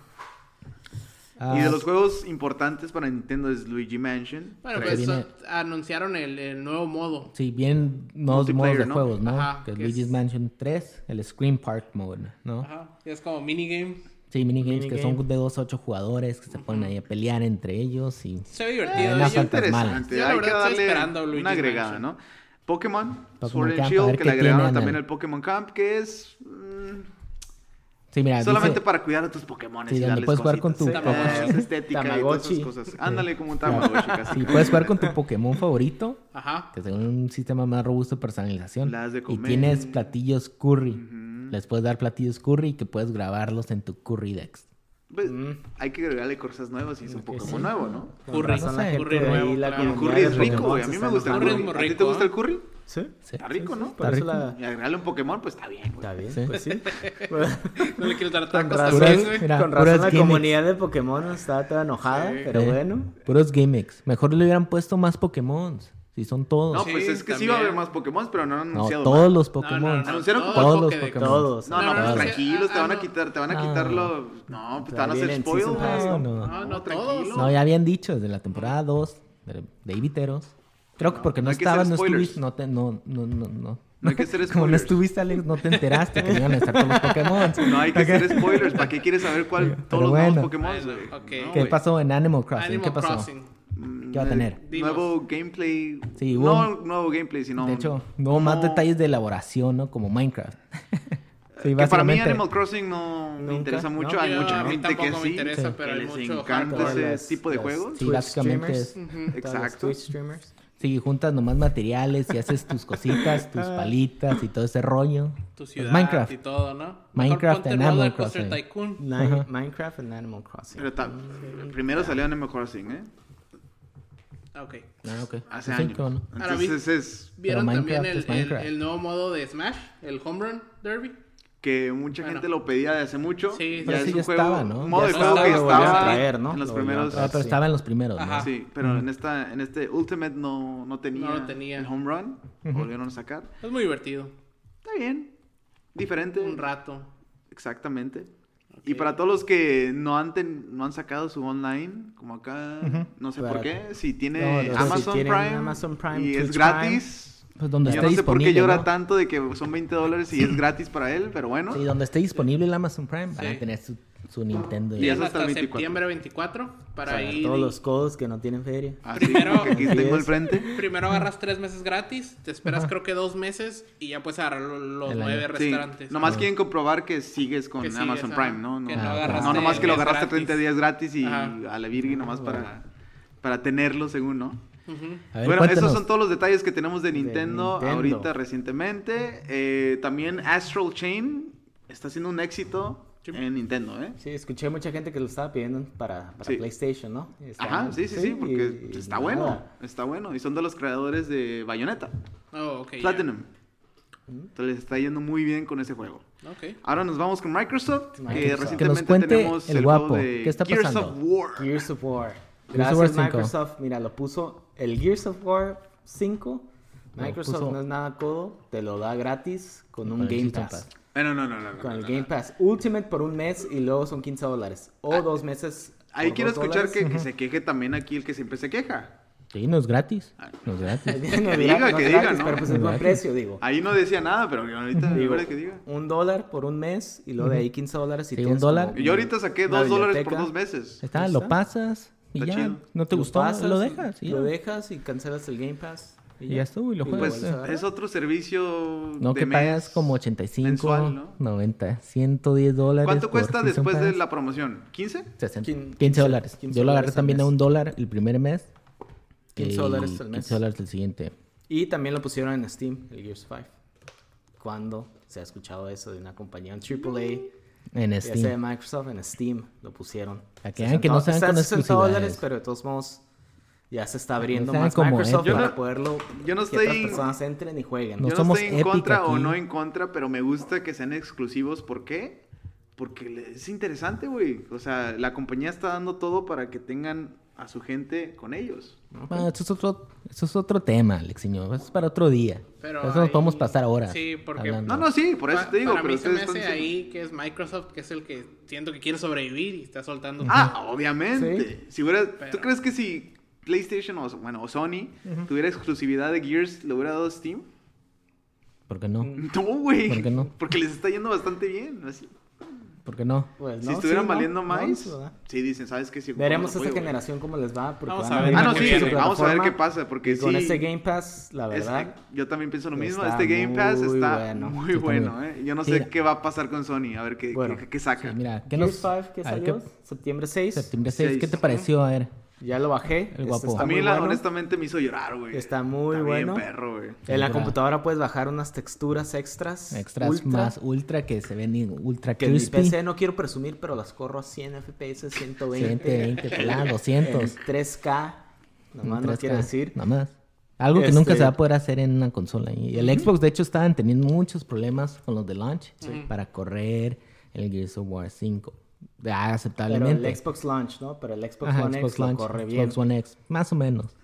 Ah,
Y de los juegos importantes para Nintendo es Luigi Mansion.
Bueno,
Pero
pues
viene-
so- anunciaron el, el nuevo modo.
Sí, bien nuevos modos
Multiplayer,
de
¿no?
juegos, ¿no?
Ajá,
que es
que
Luigi's
es-
Mansion 3, el Screen Park Mode, ¿no?
Ajá. Y es como minigames.
Sí, minigames que son
Minigames.
de 2 a 8 jugadores que se ponen ahí a pelear entre ellos y...
Se ve divertido.
Ah,
¿eh?
las
Es
Yo-
fantasmas.
interesante.
Yo la
Hay que
verdad estoy
darle
esperando Luigi's
una agregada,
Mansion.
¿no? Pokémon,
Pokémon
Sword and
Camp, a
Shield,
ver
que
qué
le agregaron
tienen
también
al-
el Pokémon Camp, que es mm,
Sí, mira,
solamente
Ah, dice-
para cuidar a tus Pokémon
Sí,
y
donde
darles
puedes jugar con
cositas.
tu
Sí,
Tamagotchi.
es estética y
Tamagotchi.
todas esas cosas. Ándale como un Tamagotchi casi.
Sí, puedes jugar con tu Pokémon favorito,
Ajá.
que tiene un sistema más robusto de personalización.
Le das de
y
comer.
tienes platillos curry. Les puedes dar platillos curry y que puedes grabarlos en tu curry dex.
Pues,
Mm.
Hay que agregarle cosas nuevas y es un Pokémon nuevo, ¿no?
Con
Curry.
razón la
No sé,
gente
curry
ahí,
nuevo,
la
claro.
El
comunidad
curry
de
es rico,
Pokémon
güey. A
se
mí
está
me gusta el curry.
enojando. Curry es
¿A
muy
ti te gusta el
rico.
curry?
Sí.
Sí. pues.
Está rico, ¿no?
Por eso
rico.
la...
Y agregarle un Pokémon, pues está bien, güey.
Está bien,
Sí.
pues
*laughs*
sí.
No le quiero dar
Con
tacos a
razón,
Luis, güey.
Mira,
con
puras
razón la
gimmicks.
comunidad de Pokémon está toda enojada, pero
Sí.
bueno.
Puros gimmicks. Mejor le hubieran puesto más Pokémon. Si son todos.
No,
Sí,
pues es que sí
también.
va a haber más Pokémon, pero no han
No,
anunciado
todos
más.
los Pokémon.
no, no,
Anunciaron como
todos los
que de-
Pokémon.
Todos.
No, no,
No,
pues
no, no.
tranquilos, te
Ah,
van a
no.
quitar, te van a
No.
quitar lo... No, pues te van a
Todavía
hacer
en
spoil,
Season
güey.
Pass,
No,
no, Ah, no.
no,
No,
tranquilo.
todos.
No, ya habían dicho desde la temporada 2 de, de Ibiteros. Creo que porque no,
no hay que
estabas,
hacer
no
spoilers.
estuviste, no te, no, no, no, no.
No hay que hacer
*laughs* Como no
spoilers.
estuviste, Alex, no te enteraste que iban a estar
*laughs*
todos los Pokémon.
No hay que
Ok. *laughs*
hacer spoilers. ¿Para qué quieres saber cuál
Pero
todos los
bueno.
nuevos Pokémon? güey?
Ok.
No,
¿Qué
güey.
pasó en Animal Crossing?
Animal
¿Qué pasó?
Crossing.
Mm,
¿Qué va a tener?
Dinos.
Nuevo gameplay.
Sí, hubo-
no nuevo gameplay, sino.
De hecho, no más detalles de elaboración, ¿no?
*laughs*
Como Minecraft. sí,
Que para mí
básicamente.
Animal Crossing no
Nunca,
me interesa
¿no?
mucho.
Yo-
Hay mucha
a mí
gente que
tampoco me
sí.
interesa,
que
pero hay
les
mucho
encanta
hardcore.
ese
Las-
tipo de
las-
juegos.
Sí,
Twitch
básicamente
streamers.
es-
Ujú.
Todos los
Exacto.
Twitch streamers.
Sí, juntas nomás materiales y haces tus cositas,
*laughs*
tus
Ah.
palitas y todo ese rollo.
Tu
Pues
ciudad
Minecraft.
y todo, ¿no?
Minecraft
Mejor ponte
and
Roller
Animal
Coaster
Crossing.
Tycoon.
Ni-
Ajá.
Minecraft and Animal Crossing.
Pero ta- primero salió Animal Crossing, ¿eh?
Ah, Ok.
Ah, ok.
Hace
Sí,
años.
cómo no.
Ahora vi-
Entonces es
¿Vieron también
Minecraft
el,
es
el-
Minecraft.
el nuevo modo de Smash? El Home Run Derby.
que mucha
Bueno.
gente lo pedía de hace mucho.
Sí,
ya
pero
es
sí,
un
ya
juego.
estaba, ¿no?
un modo
Ya
de juego
estaba,
que
lo volvieron a
estaba
traer, ¿no?
en los
Lo volvieron a
primeros.
Ah, pero
Sí.
estaba en los primeros,
Ajá.
¿no?
Sí, pero en esta, en este Ultimate no, no tenía,
No lo tenía.
el home run. Lo volvieron a sacar.
Es muy divertido.
Está bien. Diferente.
Un rato.
Exactamente. Y para todos los que no han, ten- no han sacado su online, como acá, no sé por
Barato.
qué, si
No,
tiene
no, no,
Amazon,
si tienen
Prime,
Amazon Prime,
y es
Twitch
gratis,
Pues donde
yo
esté
no sé por qué
disponible.
llora
¿no?
tanto de que son 20 dólares y es gratis para él, pero bueno.
Sí, donde esté disponible el Amazon Prime, van
Sí.
a tener su, su Nintendo.
Y eso
hasta,
hasta el 24.
septiembre 24 para
Para
ir.
todos los codos que no tienen feria.
Así
Primero-
como que aquí
Así
tengo
es.
el frente.
Primero agarras tres meses gratis, te esperas creo que dos meses y ya puedes agarrar lo- los
El año.
nueve
Sí,
restaurantes.
nomás quieren comprobar que sigues con
Que sigues,
Amazon
ajá,
Prime, ¿no?
que
no
no
agarraste
nomás que lo
días
agarraste
gratis.
30 días gratis y
Ajá.
a la virgen nomás para, para tenerlo según, ¿no?
Ujú.
A ver,
bueno,
cuéntanos.
esos son todos los detalles que tenemos de Nintendo,
Nintendo.
ahorita recientemente. Eh, también Astral Chain está siendo un éxito
Sí.
en Nintendo, ¿eh?
Sí, escuché mucha gente que lo estaba pidiendo para, para
Sí.
PlayStation, ¿no?
Ajá,
Estaba-
sí, sí, sí, porque pues,
y- y
está
nada.
bueno, está bueno. Y son de los creadores de Bayonetta,
Oh, ok, ya.
Platinum. Entonces les está yendo muy bien con ese juego.
Ok.
Ahora nos vamos con Microsoft,
Microsoft.
que
Que
recientemente
cuente
tenemos el,
el guapo,
juego de
¿qué está
Gears
pasando?
of War.
Gears of War.
Gears of War
Gracias
5.
Microsoft. Mira, lo puso el Gears of War 5.
Lo
Microsoft
puso-
no es nada codo, te lo da gratis con un
Con el
Game
Season
Pass.
Pass.
Eh, no, no, no, no, no,
Con el
no,
Game Pass Ultimate por un mes y luego son 15 dólares. O dos meses.
Ah, Ahí
por
quiero
dos
escuchar que,
dólares.
que se queje también aquí el que siempre se queja.
Sí, no es gratis.
Ah.
No
*laughs*
es gratis.
No es
diga,
gratis, no
que
es
diga,
gratis,
¿no?
Pero pues es buen
Gratis.
precio, digo.
Ahí no decía nada, pero ahorita
Digo,
ahora que diga.
Un dólar por un mes y luego de ahí 15 dólares. Y
Sí, un
tienes
dólar.
como
Yo ahorita saqué
una
dos dólares por
biblioteca.
dos meses.
Está,
Ahí
lo
está.
pasas y
Pues Está
ya.
chido.
No te
Lo
gustó,
pasas,
lo dejas. y ya.
Lo dejas y cancelas el Game Pass.
Y ya estuvo, y lo juegas.
Pues
vuelves a agarrar.
es otro servicio
No,
de
que
mes
pagas como 85,
mensual, ¿no?
90, 110 dólares.
¿Cuánto
por
cuesta
Season
después de
Pass.
la promoción? ¿15?
60,
Quin-
15,
15
dólares.
15
Yo lo agarré
dólares al
también a
mes.
un dólar el primer mes.
15
y
dólares al mes.
15 dólares el siguiente.
Y también lo pusieron en Steam, el Gears 5. ¿Cuándo se ha escuchado eso de una compañía en AAA?
Mm.
En
Ya sea de
Steam.
Microsoft, en Steam lo pusieron.
Para que vean que no sean
Está
con
60 dólares,
exclusividades.
pero de todos modos ya se está abriendo
sean
más
como
Microsoft
Epic.
Yo
para
no-
poderlo...
yo no
que
estoy-
otras personas entren y jueguen.
No
Yo
somos
no estoy en
Epic
contra o
aquí.
no en contra, pero me gusta que sean exclusivos. ¿Por qué? Porque le- es interesante, güey. O sea, la compañía está dando todo para que tengan a su gente con ellos.
Bueno, Ah, eso, es otro, eso es otro tema, Alexiño. Eso es para otro día.
Pero
eso nos
ahí-
podemos pasar ahora.
Sí, porque-
No, no, sí, por eso
Pa-
te digo.
para
pero
mí se me
ustedes
hace
están diciendo-
ahí que es Microsoft, que es el que siento que quiere sobrevivir y está soltando.
Ah, obviamente. Si hubiera- ¿Tú
Pero-
crees que si PlayStation o, bueno, o Sony tuviera exclusividad de Gears, le hubiera dado Steam?
¿Por qué no?
No, güey.
¿Por qué no?
Porque les está yendo bastante bien. así.
¿Por qué no?
Pues,
si
no,
estuvieran
sí, no,
valiendo
no, pues,
más,
¿verdad?
sí dicen, ¿sabes qué? Si ocupamos
Veremos
apoyo,
esta
güey.
generación cómo les va. Porque
Vamos
van
a ver.
abrir
Ah, no,
mucho
sí,
su
eh. vamos a ver
plataforma.
qué pasa, porque
y con
sí.
este Game Pass, la
Es-
verdad...
yo también pienso lo mismo.
está
Este Game Pass
muy
está
bueno.
muy
Sí,
bueno,
también.
¿eh? Yo no sé
Mira.
qué va a pasar con Sony. A ver qué,
Bueno.
qué- qué saca.
Sí, mira, ¿qué
Gears
nos...
5 que
a ver, ¿qué-
salió septiembre 6.
Septiembre 6, ¿qué
Seis.
te pareció? A ver.
Ya lo bajé.
El
este
guapo.
está
a mí,
muy
la-
bueno.
honestamente, me hizo llorar, güey.
Está muy
bien
bueno.
perro, güey.
En la
Ultra.
computadora puedes bajar unas texturas extras.
Extras
ultra,
más ultra que se ven en ultra
Que en mi
crispy.
PC no quiero presumir, pero las corro a 100 FPS, 120. *laughs*
120, pelada,
en
200.
3K. Eh, Nomás no
3K,
quiero decir.
Nada más. Algo que nunca
Este-
se va a poder hacer en una consola. Y el Xbox, de hecho, estaban teniendo muchos problemas con los de launch para correr el Gears of War 5. Ah,
Pero
aceptablemente.
el Xbox Launch, ¿no? Pero el Xbox
Ajá,
One X lo corre bien.
Xbox One X, más o menos.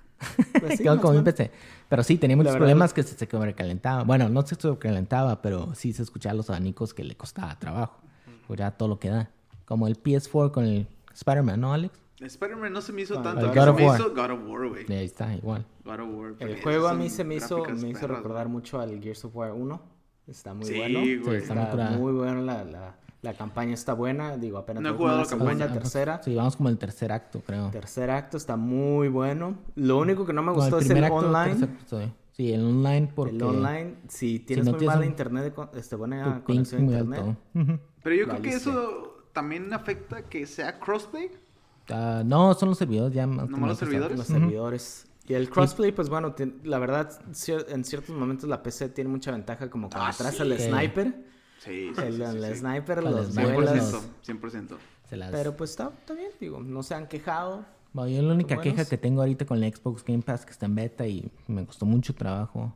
Pues *laughs* sí,
Quedó
más
como
o
un
menos.
PC. Pero sí, tenía muchos
verdad-
problemas que se se sobrecalentaba. Bueno, no se sobrecalentaba, pero sí se escuchaba los abanicos que le costaba trabajo. Pues ya todo lo que da. Como el PS4 con el Spider-Man, ¿no, Alex?
Spider-Man no se me hizo
Ah,
tanto.
el
a mí
God
se
of
me
War.
hizo God of War, güey.
Y Ahí está, igual.
God of War. porque
El juego a
son
mí se me hizo,
gráficas
me hizo
perras,
recordar
güey.
mucho al Gears of War 1. Está muy
Sí,
bueno.
güey.
está muy
Está
curada.
muy bueno, la, la, la campaña está buena. Digo, apenas
No he
voy como
jugado
en
la
segunda,
campaña.
tercera.
Sí, vamos como el tercer acto, creo.
Tercer acto está muy bueno. Lo único que no me
No,
gustó es el online.
tercer episodio. Sí, el online porque...
El online, si tienes
no
muy
tienes
mala
un-
internet, con- este,
tu
buena
ping
conexión a
muy
internet.
alto.
Pero yo creo que
Valiste.
eso también afecta que sea crossplay.
Ah, no, son los servidores ya más...
Nomás los servidores.
los servidores. Y el crossplay, pues bueno, ti- la verdad, cier- en ciertos momentos la PC tiene mucha ventaja, como cuando
Ah,
atrás
sí.
el sniper.
Sí, sí,
El,
sí, sí,
el
sí.
sniper,
Con
los
los sniper,
vuelas.
100%, 100%.
Se las-
Pero pues está, está bien, digo, no se han quejado.
Bueno, yo la
Pues
única
Son
queja
buenos.
que tengo ahorita con el Xbox Game Pass que está en beta y me costó mucho trabajo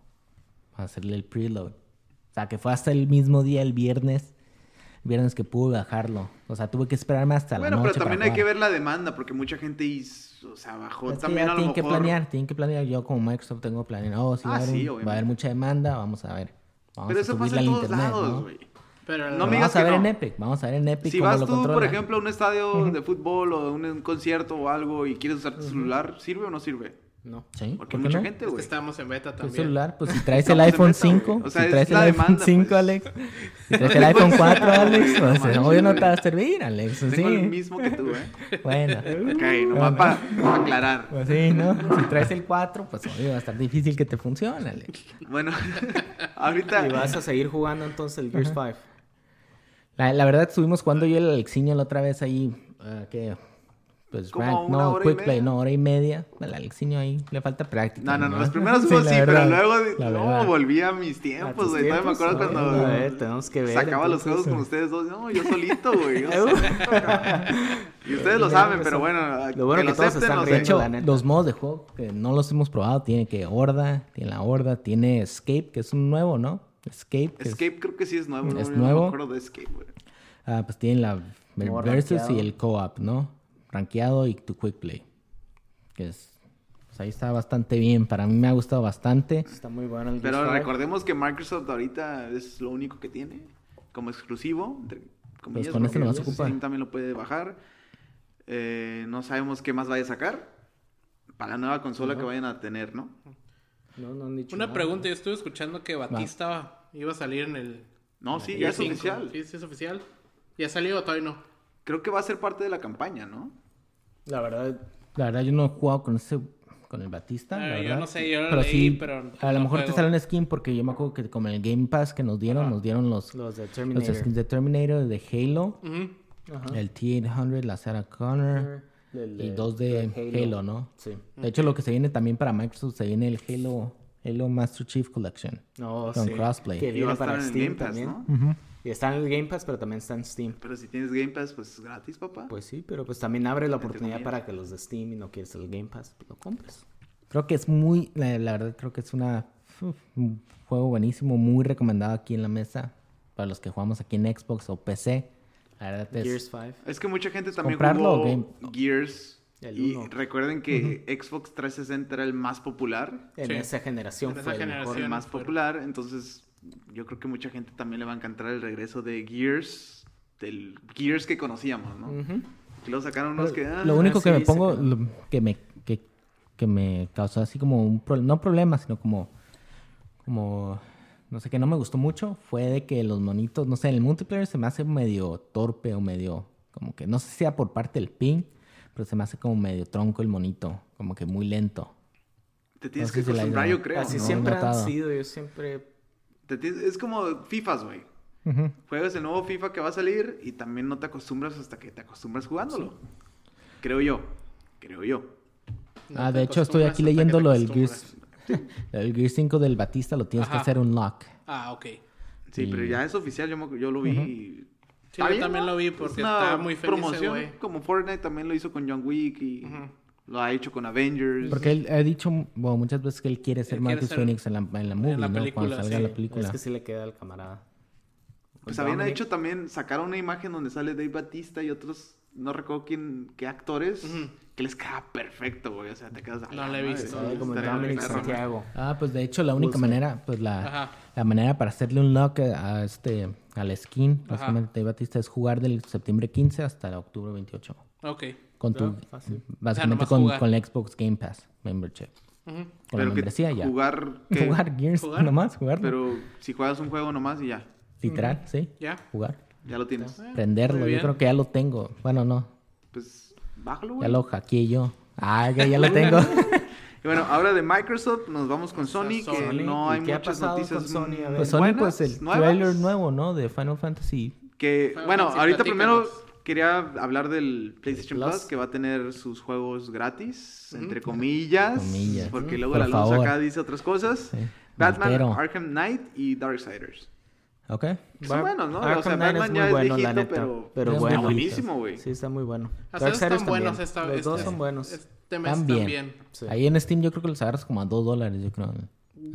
hacerle el preload. O sea, que fue hasta el mismo día, el viernes, viernes que pude bajarlo. O sea, tuve que esperarme hasta la
Bueno,
noche
pero también
para
hay que
jugar.
ver la demanda, porque mucha gente hizo- o sea, bajó
Es que
también
ya
a lo mejor.
tienen que planear, tienen que planear. Yo como Microsoft tengo planeado, oh, sí, va,
Ah,
a haber
sí,
un- va
obviamente.
a haber mucha demanda, vamos a ver. Vamos
Pero
a
eso pasa
subirla
en
al
todos
internet,
lados,
¿no?
güey.
Pero
No
no,
me
Pero
digas
vamos a
que
ver
no.
en Epic, vamos a ver en Epic
Si
cómo
vas
lo
tú, por
controlan.
ejemplo, a un estadio de fútbol o un, un concierto o algo y quieres usar tu celular, ¿sirve o no sirve?
No.
Sí, ¿por
Porque
qué
mucha
no?
gente,
es que
güey.
estamos en beta
Tu
también.
celular, pues si
*laughs*
traes el
Estamos en
iPhone
beta, güey.
5,
O sea,
si
es
traes el
la
iPhone
demanda,
5,
pues.
Alex,
*laughs*
si traes el iPhone 4, Alex,
No
pues
manches,
obvio no te
güey.
va a servir, Alex, pues,
Tengo el
sí.
mismo que tú, ¿eh?
Bueno,
Ok, nomás para aclarar.
pues sí, ¿no? Si traes el 4, pues obvio va a estar difícil que te funcione, Alex.
Bueno,
Y
ahorita.
vas a seguir jugando entonces el Gears 5.
La, la verdad, estuvimos jugando yo y el Alexiño la otra vez ahí, ah, que, pues,
Como
rank,
una
no,
hora y
quick play,
media.
no, hora y media. El Alexiño ahí le falta práctica.
No, no, no,
¿no?
los primeros
*laughs* Sí,
juegos
la
sí, pero
verdad,
luego
la
no,
verdad.
volví a mis tiempos, güey. Todavía me
tiempos,
acuerdo
a ver,
cuando
a ver, tenemos que ver,
sacaba los juegos
entonces, eh.
con ustedes dos. No, yo solito, güey.
*laughs*
yo solito, cabrón. y ustedes lo saben, pero bueno,
Lo bueno
que lo
que todos
acepten,
están
no
De
sé.
riendo.
hecho,
la neta.
los modos de juego que no los hemos probado, tiene que Horda, tiene la Horda, tiene Escape, que es un nuevo, ¿no? Escape. que es-
Escape creo que sí es nuevo.
Es
no, Yo no
nuevo.
me acuerdo de Escape, güey.
ah, pues tienen la ver-
Modo
Versus
rankeado.
y el Co-op, ¿no? Rankeado y tu Quick Play. Que es. Pues ahí está bastante bien. Para mí me ha gustado bastante.
Está muy bueno el Gears
Pero
5.
recordemos que Microsoft ahorita es lo único que tiene como exclusivo. entre
Pues,
comillas,
con este
porque
nomás
Steam
ocupa.
también lo puede bajar. Eh, no sabemos qué más vaya a sacar para la nueva consola que vayan a tener, ¿no?
No, no han dicho
Una
nada.
pregunta, yo estuve escuchando que Batista iba a salir en el...
No, sí, ya es
cinco.
oficial.
Sí, sí es oficial. ¿Ya salió o todavía no?
Creo que va a ser parte de la campaña, ¿no?
La verdad,
La verdad, yo no he jugado con ese. Con el Batista.
Ah,
la
yo
verdad.
no sé, yo lo
pero
leí,
sí,
pero
A lo
no
mejor te
juego.
sale un skin porque yo me acuerdo que con el Game Pass que nos dieron, nos dieron los,
los
los
de
skins
Terminator.
de Terminator, de Halo,
Ujú.
Ajá.
el T-800, la Sarah Connor.
Del-
Y dos de Halo, ¿no?
Sí.
De hecho, lo que se viene también para Microsoft, se viene el Halo, Halo Master Chief Collection.
No,
Con
sí.
crossplay.
Que
Y va a
viene
estar
para
en el
Steam
Game Pass,
también.
¿no?
Y está en el Game Pass, pero también está en Steam.
Pero si tienes Game Pass, pues es gratis, papá.
Pues sí, pero pues también abre la
Entre
oportunidad
comillas.
para que los de Steam y no quieres el Game Pass, pues lo compres.
Creo que es muy, la, la verdad, creo que es una, uf, un juego buenísimo, muy recomendado aquí en la mesa. Para los que jugamos aquí en Xbox o PC. La verdad es.
Gears 5.
es que mucha gente también
comprarlo
jugó
o Game-
Gears.
El
Y
uno.
recuerden que Xbox 360 era el más popular.
En
Sí.
esa generación
En esa
fue el mejor.
generación.
el más
fuera.
popular, entonces yo creo que mucha gente también le va a encantar el regreso de Gears, del Gears que conocíamos, ¿no?
Ujú.
Que luego sacaron unos que... ah,
Lo único que
sí,
me
se
pongo,
quedó.
lo- que me, que, que me causó así como un pro- no problema, sino como, como, no sé, que no me gustó mucho, fue de que los monitos, no sé, en el multiplayer se me hace medio torpe o medio, como que, no sé si sea por parte del ping, pero se me hace como medio tronco el monito, como que muy lento.
Te tienes
no
que
sé si la
acostumbrar,
idea.
yo creo.
Así
¿no?
No,
siempre
no
han
estaba.
sido, yo siempre...
Te tienes- es como FIFAs, güey. Juegas el nuevo FIFA que va a salir y también no te acostumbras hasta que te acostumbras jugándolo. Creo yo, creo yo.
No
ah,
te
de hecho, estoy
acostumbras
aquí
hasta que
leyendo
te
lo del
acostumbras.
Gears, *laughs* lo del Gears 5 del Batista, lo tienes que
Ajá.
hacer un lock.
Ah, ok. Sí,
Sí,
Y-
pero ya es oficial, yo, me- yo lo vi. y- Está
yo
bien,
también
¿no?
lo vi
Es
porque
una
estaba muy feliz ese
promoción,
güey.
como Fortnite también lo hizo con John Wick y lo ha hecho con Avengers.
Porque él ha dicho bueno, muchas veces que él quiere ser
Él quiere
Marcus
ser-
Phoenix en la, en la movie, ¿no?
película,
Cuando salga
sí.
la película.
Es que sí le queda al camarada.
Pues habían
Dominic.
hecho también, sacaron una imagen donde sale Dave Batista y otros, no recuerdo quién, qué actores, que les queda perfecto, güey. O sea, te quedas. a
No
la
lo he
madre,
visto,
güey,
eh,
como
estaría
Dominic
perro, güey.
Santiago.
Ah, pues de hecho la única manera, pues la,
Ajá.
la manera para hacerle un lock a a este, al skin, básicamente Batista, es jugar del septiembre 15 hasta el octubre 28.
Ok.
Con tu,
Ah, O sea,
básicamente
nomás
con,
jugar.
con la Xbox Game Pass membership. Con
Ujú.
la
Pero
membresía
que
ya. *laughs*
jugar. ¿qué?
Jugar Gears,
Jugar.
nomás, jugar.
Pero si juegas un juego nomás y ya.
Literal, sí.
Ya.
Jugar.
Ya lo tienes.
Prenderlo, yo
muy bien.
creo que ya lo tengo. Bueno, no,
Pues bájalo, güey.
ya lo hackeé yo. Ah, ya,
*laughs*
ya lo tengo.
Y bueno, ahora de Microsoft nos vamos con Sony,
Sony.
que no
¿Y
hay
qué ha
muchas
pasado
noticias.
con Sony? A ver.
Pues Sony, pues
buenas,
el
nuevas.
trailer nuevo, ¿no? De Final Fantasy.
Que,
Final
bueno,
Fantasy,
ahorita
platícanos.
primero quería hablar del PlayStation
Plus.
Plus, que va a tener sus juegos gratis, entre comillas,
Comillas.
porque
Ujú.
luego
Por
la luz
favor.
acá dice otras cosas.
Sí.
Batman,
Maltero.
Arkham Knight y Darksiders.
Ok.
Que Son
Bar-
buenos, ¿no?
Arkham
o sea,
Knight
Batman
es muy
ya es
bueno, la
viejito,
neta,
pero,
pero
está
bueno.
buenísimo, güey.
Sí, está muy bueno.
Hasta esos
Darksiders
están buenos
también.
esta
Los
este-
dos son buenos.
Este mes
Están
también.
bien.
Sí.
Ahí en Steam yo creo que los agarras como a 2 dólares, yo creo.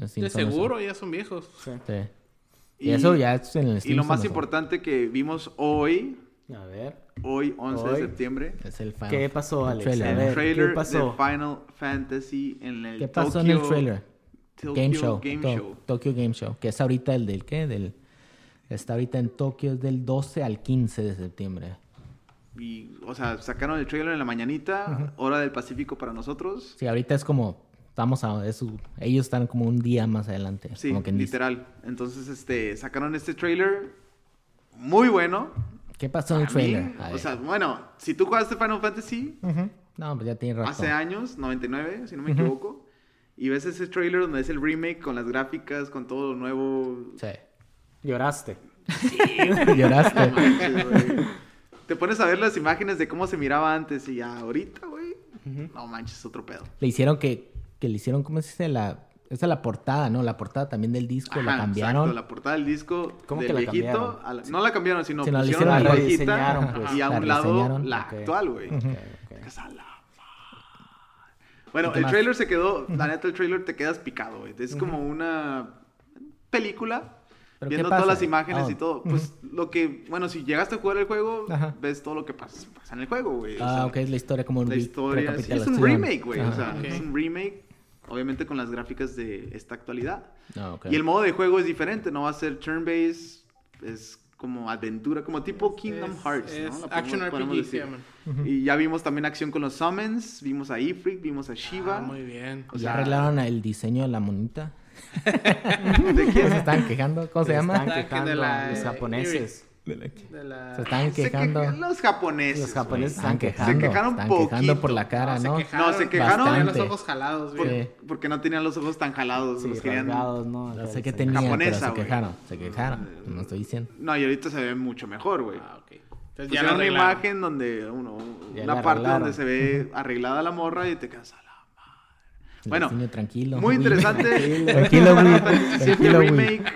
Así
De
son esos.
seguro, ya son viejos.
Sí.
Sí. Y, eso ya es en el
Y
Steam.
lo
son
más
los-
importante que vimos hoy,
A ver.
hoy 11 de
Hoy.
septiembre,
Es el Final
¿Qué pasó, Alex?
trailer,
A
¿no?
ver,
trailer
¿qué pasó?
de Final Fantasy en el
¿Qué pasó en el
Tokyo-
trailer?
Tokyo
Game Show.
Game
To-
Show.
Tokyo Game Show. Que es ahorita el del qué? Del, está ahorita en Tokio, es del 12 al 15 de septiembre.
Y, o sea, sacaron el trailer en la mañanita, hora del Pacífico para nosotros.
Sí, ahorita es como. Estamos a. es un- ellos están como un día más adelante.
Sí,
como quien dice.
literal. Entonces, este, sacaron este trailer muy bueno.
¿Qué pasó en el
A mí,
trailer? A
o
ver.
sea, bueno, si tú jugaste Final Fantasy
Ujú. No, pues ya tiene rato.
hace años, 99, si no me equivoco, y ves ese trailer donde es el remake con las gráficas, con todo lo nuevo.
Sí.
Lloraste.
*laughs* Lloraste.
Manches, güey. Te pones a ver las imágenes de cómo se miraba antes y ya ahorita, güey. No manches, otro pedo.
le hicieron que. Que le hicieron, ¿cómo se dice? La. Esa es la portada, ¿no? La portada también del disco la
Ajá,
cambiaron.
Exacto, la portada del disco
¿Cómo
del
que la
viejito.
cambiaron?
a la- no la cambiaron, sino
Sino la
pusieron la
hicieron, la
viejita
rediseñaron,
pues.
y a
La
un lado
rediseñaron,
la
ok.
actual, güey.
Ok, ok.
Dices, "A la ma-". Bueno,
¿Qué
el
más?
trailer se quedó, la neta, el trailer te quedas picado, güey. Es como una película.
¿Pero qué
Viendo
pasa?
todas las imágenes
Ah,
y todo, pues lo que, bueno, si llegaste a jugar el juego,
Ajá.
ves todo lo que pasa, pasa en el juego, güey. O
Ah,
sea,
ok, es la historia como un
la
re-
historia. sí, es un
recapitulación.
remake, güey. O
Ajá.
sea, es
Ok.
un remake, obviamente con las gráficas de esta actualidad.
Ah, ok.
Y el modo de juego es diferente, no va a ser turn-based, es como aventura, como tipo Kingdom
es-
Hearts, ¿no?
es
La podemos-
action RPG
podemos
se
decir.
llaman.
Y ya vimos también acción con los summons, vimos a Ifrit, vimos a Shiva.
Ah, muy bien.
o
¿Ya
sea-
arreglaron el diseño de la monita?
*laughs* ¿De
*laughs*
quién?
¿Se estaban quejando? ¿Cómo se
Están
llama?
Tanque de
quejando
la-
los japoneses.
De la...
Se estaban
Se
quejando.
quejan los japoneses.
Los japoneses
Están
están
quejando.
Se
quejando.
quejaron
Están
poquito.
quejando por la cara,
se
¿no?
quejaron.
No, se quejaron.
Tenían los
Bastante.
ojos jalados,
por-
güey.
porque no tenían los ojos tan jalados.
Sí,
los querían-
rasgados, ¿no?
No
Acá
sé qué
dicen,
tenían, pero
Japonesa,
se
güey.
quejaron. Se quejaron. No estoy diciendo.
No, y ahorita se ve mucho mejor, güey.
Ah, ok. Entonces ya
Pusieron
la
una
arreglaron.
imagen donde uno,
Ya
una
la
parte
arreglaron.
donde se ve arreglada la morra y te quedas a la madre.
El
Bueno,
diseño tranquilo. *laughs*
Muy
Uy.
interesante.
Tranquilo, güey.
*laughs* Final Fantasy VII
Tranquilo, güey.
Remake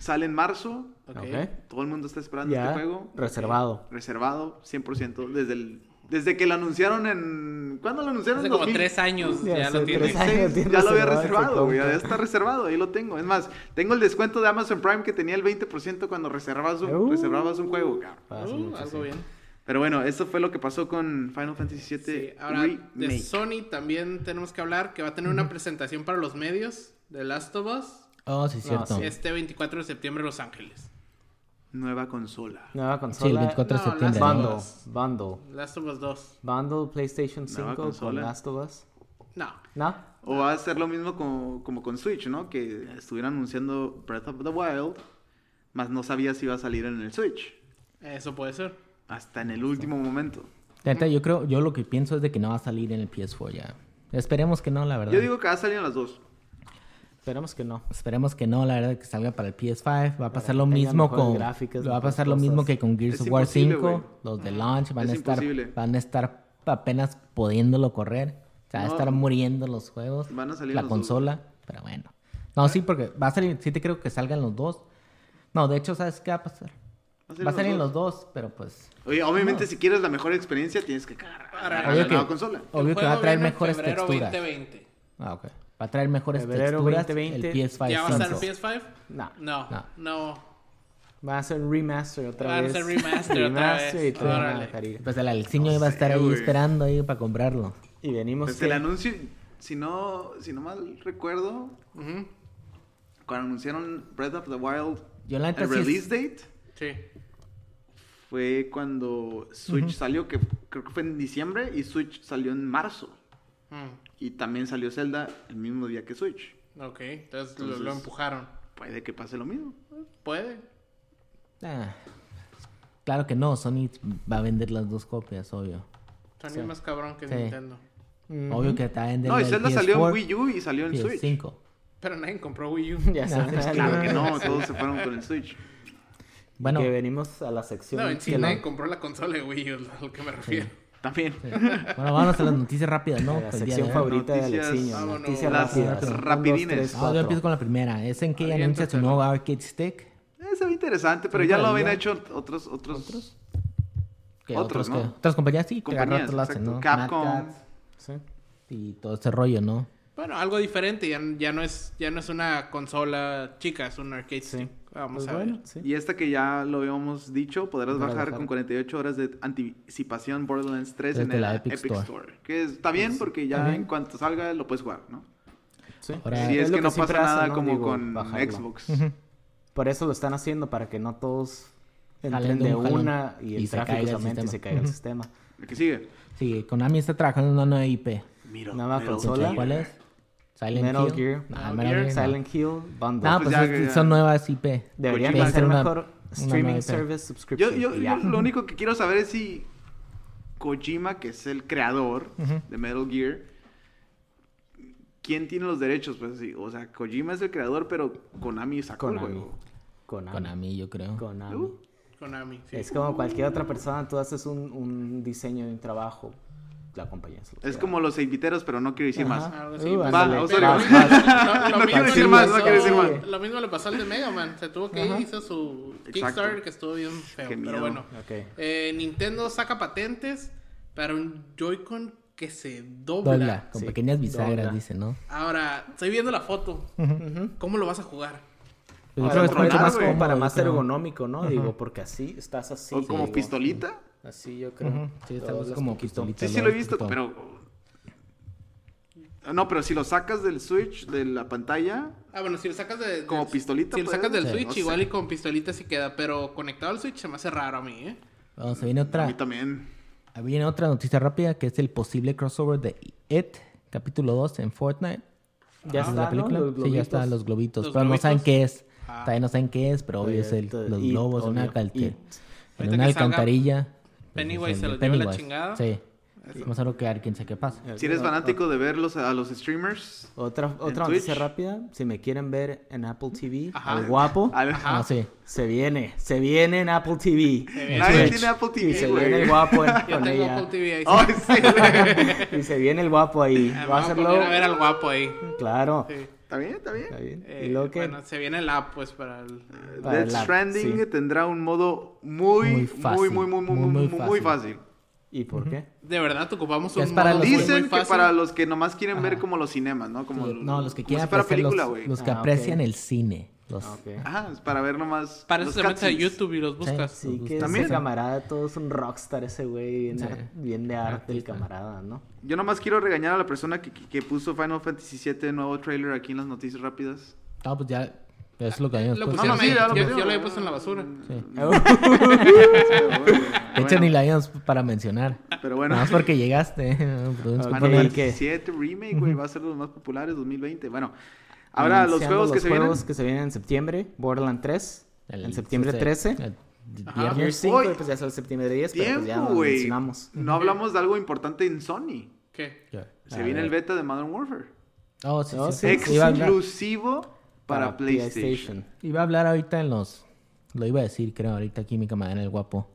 sale en marzo.
Ok.
Ok.
Todo el mundo está esperando
Ya,
este juego. Eh,
reservado.
Reservado, 100%. Desde, el, desde que lo anunciaron en. ¿Cuándo lo anunciaron?
Hace
En
como
2000.
tres años
Ya
ya
sé,
lo
tres
tienes.
años.
Sí,
tiene
ya lo había
reservado ese
reservado, güey.
compa.
Ya está reservado, ahí lo tengo. Es más, tengo el descuento de Amazon Prime que tenía el 20% cuando reservabas un,
Uh.
reservabas un juego, cabrón.
Uh,
Hace mucho, sí.
algo bien.
Pero bueno, eso fue lo que pasó con Final Fantasy VII
Sí, Este, ahora de
Remake.
Sony también tenemos que hablar que va a tener una presentación para los medios de Last of Us
Oh, sí, cierto.
sí,
este 24 de septiembre en Los Ángeles.
Nueva consola.
Nueva
Sí, el
consola.
24 de
No, las
septiembre.
bandas.
¿no?
Bundle. Bundle.
Last of Us 2.
Bundle PlayStation
Nueva
5
consola.
con Last of Us.
No.
¿No?
O va a ser lo mismo como, como con Switch, ¿no? Que estuvieron anunciando Breath of the Wild, mas no sabía si iba a salir en el Switch.
Eso puede ser.
Hasta en el último momento.
Neta, yo creo, yo lo que pienso es de que no va a salir en el PS4 ya. Esperemos que no, la verdad.
Yo digo que va a salir en las dos.
Esperemos que no.
Esperemos que no, la verdad, que salga para el PS5. Va a pasar
que
lo
tenga
mismo
mejores
con.
gráficas,
va a pasar
mejores
lo mismo
cosas.
que con Gears
Es
of War
imposible,
5.
güey.
Los de launch van
Es
a estar.
imposible.
Van a estar apenas pudiéndolo correr. O sea, van
No.
a estar muriendo los juegos.
Van a salir
La
los dos.
consola. Pero bueno. No, sí, porque va a salir. Sí, te creo que salgan los dos. No, de hecho, ¿sabes qué va a pasar? Va a salir en los dos, pero pues.
Oye, obviamente, si quieres la mejor experiencia, tienes que cagar
Para-
a
Obvio
la
que-
nueva consola.
Obvio
El
que va a
juego
traer
viene en
mejores
febrero
texturas.
2020.
Ah, ok. Va a traer mejores
Febrero
texturas.
2020.
El PS5.
¿Ya va a estar el
cinco.
PS5?
No.
No.
No.
No.
Va a ser remaster otra
Van a
vez.
ser remaster otra vez.
Remaster y te van a
Órale.
dejar ir.
Pues el Alexiño iba a estar
sé,
ahí
güey.
esperando ahí para comprarlo.
Y venimos.
Desde el
que-
anuncio, si no, si no mal recuerdo,
Ujú.
cuando anunciaron Breath of the Wild,
Yo la neta
el
sí es-
release date,
Sí.
fue cuando Switch salió, que creo que fue en diciembre, y Switch salió en marzo.
Mm.
Y también salió Zelda el mismo día que Switch.
Ok, entonces, lo- lo,
Entonces-
empujaron.
Puede que pase lo mismo.
Puede.
Ah, claro que no, Sony va a vender las dos copias, obvio.
Sony es más cabrón que
Sí.
Nintendo.
Mm,
Obvio que está vendiendo.
No, y
el
Zelda salió en
PS4,
Wii U y salió en Switch.
PS5.
Pero nadie compró Wii U.
*laughs* Ya
Nah,
sabes.
pues
Claro que no, todos se fueron con el Switch.
Bueno,
Que venimos a la sección.
No, en sí
que
nadie
no-
compró la consola de Wii U, a lo que me refiero.
También. *laughs*
bueno, vámonos a las noticias
*laughs*
rápidas, ¿no?
a
Para
La
pues, el día
sección
de hoy.
favorita de
Noticias-
Alexiño.
vámonos.
Noticias
Las
rápidas. Un, dos,
rapidines.
tres,
Ah, yo
cuatro.
empiezo con la primera. Es en que
Aviéntatelo.
anuncia su nuevo arcade stick.
Eso es Eh, interesante, pero
Son
ya lo habían
todavía-
hecho otros, otros,
Que
Otros,
otros,
¿no?
que- otras compañías sí, que
compañías.
agarran otro lazo,
exacto.
¿no?
Capcom.
Mad Cats
Sí.
y todo ese rollo, ¿no?
Bueno, algo diferente, ya, ya no es ya no es una consola chica, es un arcade
Sí.
stick. Vamos
Pues
a ver.
bueno, sí.
Y esta que ya lo habíamos dicho, podrás
Podrás
bajar,
bajar.
con 48 horas de anticipación Borderlands 3 en
Desde
el
la
Epic,
Epic
Store.
Store.
Que es- está bien porque ya
También.
en cuanto salga lo puedes jugar, ¿no?
Sí.
Ahora-
si es,
lo
que, no pasa
siempre
nada
hacen, ¿no?
como
Digo,
con
bajarlo.
Xbox.
Por eso lo están haciendo, para que no todos entren
Jalen de
de
un jalón.
una y el
Y se
tráfico
caiga
se
el
aumente y
sistema.
se caiga el
Ujú.
sistema.
El que sigue.
Sí, Konami está trabajando en una nueva IP.
Mira,
Nueva
mira,
consola.
mira.
¿Cuál es? Silent
Metal
Hill.
Gear,
Nah,
Metal
Metal
Gear,
Gear, no.
Silent Hill, Bundle.
No,
Pues
pues,
ya
es-
que ya-
son nuevas IP.
Deberían
Kojima
de ser
hacer una-
mejor
una
streaming
nueva
service
Yo,
subscription.
yo,
y
yo
ya.
lo único que quiero saber es si Kojima, que es el creador
Ujú.
de Metal Gear, ¿quién tiene los derechos? Pues sí, o sea, Kojima es el creador, pero Konami sacó el
Konami.
juego. Uh,
Konami.
Konami, yo creo.
Konami.
¿No?
Konami, sí.
Es como cualquier otra persona, tú haces un, un diseño de un trabajo, la compañía se lo
Es
queda.
como los inviteros, pero no quiero decir más.
Algo
Uh,
así.
ándale.
Va, no, sorry.
Vas, *laughs* vas.
Lo- lo
No
mismo
quiero
le
decir más, no
pasó-
quiero decir más.
Lo mismo le pasó al de Mega Man. Se tuvo que ir,
Ajá.
hizo su
Exacto.
Kickstarter que estuvo bien feo.
Qué miedo.
Pero bueno.
Ok.
Pues
Eh, Nintendo saca patentes para un Joy-Con que se dobla.
Dobla, con
Sí,
pequeñas bisagras,
dobla.
dice, ¿no?
Ahora, estoy viendo la fofoto. ¿Cómo lo vas a jugar?
Yo
Para
creo que está
controlar,
mucho
más
güey.
como para
cómodo,
más
yo creo.
ergonómico, ¿no? Digo, porque así estás así.
o como
digo,
pistolita.
Así yo creo.
Ujú. Sí, está
Lo
más
doblas
como
poquito.
pistolita.
Sí,
Te
sí
lo
lo he
ves
visto,
todo.
pero... Ah, No, pero si lo sacas del Switch, de la pantalla,
Ah, bueno, si lo sacas de...
Como
del-
pistolita,
Si lo
pues.
sacas del
Sí.
Switch,
No sé.
igual y con pistolita sí queda. Pero conectado al Switch se me hace raro a mí, ¿eh?
Bueno, se viene
a
otra,
mí también.
viene otra noticia rápida que es el posible crossover de It, capítulo 2 en Fortnite.
Ya
¿Es
está,
Ah, la
¿no?
película?
Los
sí, ya
globitos.
está, los globitos.
Los
pero no
globitos.
saben qué es.
Ah.
Todavía no saben qué es, pero obvio
Oye,
es el,
te-
los
It,
globos en una,
obvio,
calte-
It.
en
Ahorita
una
que salga
alcantarilla.
Pennywise
es
se
el
los lleva la
Pennywise.
chingada.
Sí. Vamos a ver qué- quién sabe qué pasa.
Si eres fanático de verlos a los streamers...
Otra,
en
otra noticia
Twitch.
rápida. Si me quieren ver en Apple TV,
Ajá.
al guapo,
a-
Ah, sí.
se viene. Se viene en Apple TV.
viene.
Nadie
Twitch.
tiene Apple
Y
TV,
se viene el
*laughs* güey.
guapo en-
Yo
con
tengo
ella.
Apple TV ahí.
Ay, sí, güey.
Y se viene el guapo ahí.
Ah, me
Va
voy
a
a
ser
poner
luego.
a ver al guapo ahí.
Claro.
Sí.
¿Está bien? ¿Está bien?
Está bien.
Eh,
y luego que.
Bueno, se viene el app, pues, para el...
Para
Death
el app,
Stranding
sí.
tendrá un modo muy, muy,
Muy fácil,
muy, muy, muy, muy, muy, fácil.
¿Y por qué?
De verdad, ocupamos
Que
un
es para
modo
los-
muy,
Dicen
muy
que
fácil.
para los que nomás quieren ver
Ajá.
como los cinemas, ¿no? Como,
No, los que
como
quieran
si fuera
apreciar
película,
los,
güey.
los que
Ah, ok.
aprecian el cine. Los,
Ah, ok.
Ajá, es para ver nomás
Para eso
los
se metes a
cutscenes.
YouTube y los buscas.
Sí, que
También.
ese camarada, todo es un rockstar ese güey, bien,
pues Sí.
ar- bien de arte el
Artista.
camarada, ¿no?
Yo nomás quiero regañar a la persona que, que- que puso Final Fantasy VII de nuevo trailer aquí en las noticias rápidas.
No, pues ya es lo que habíamos
Lo
puesto.
pusieron
No, no, sí,
ahí.
ya lo
yo,
pusieron.
yo lo había puesto en la basura.
Sí.
Pero bueno,
De hecho, ni la habíamos para mencionar.
pero
Nada
bueno.
más
*laughs*
porque llegaste. por un
Ok.
Final
segundo.
¿y
Fantasy
qué?
VII Remake, güey, va a ser de los más populares 2020. Bueno, ahora los
Anunciando
juegos que se vienen.
juegos que se vienen en septiembre, Borderland 3,
El-
en septiembre
ese-
13,
el
Ajá.
Gear
viernes.
5,
Hoy-
y pues ya es el septiembre 10, pero pues ya
Tiempo,
lo
güey.
mencionamos.
No hablamos de algo importante en Sony.
¿Qué?
Se
A
viene
ver.
el beta de Modern Warfare.
Oh, sí,
Oh,
sí,
sí.
sí. Iba, a hablar,
Exclusivo para, PlayStation.
iba a hablar ahorita en los. Lo iba a decir, creo, ahorita aquí mi camarada el guapo.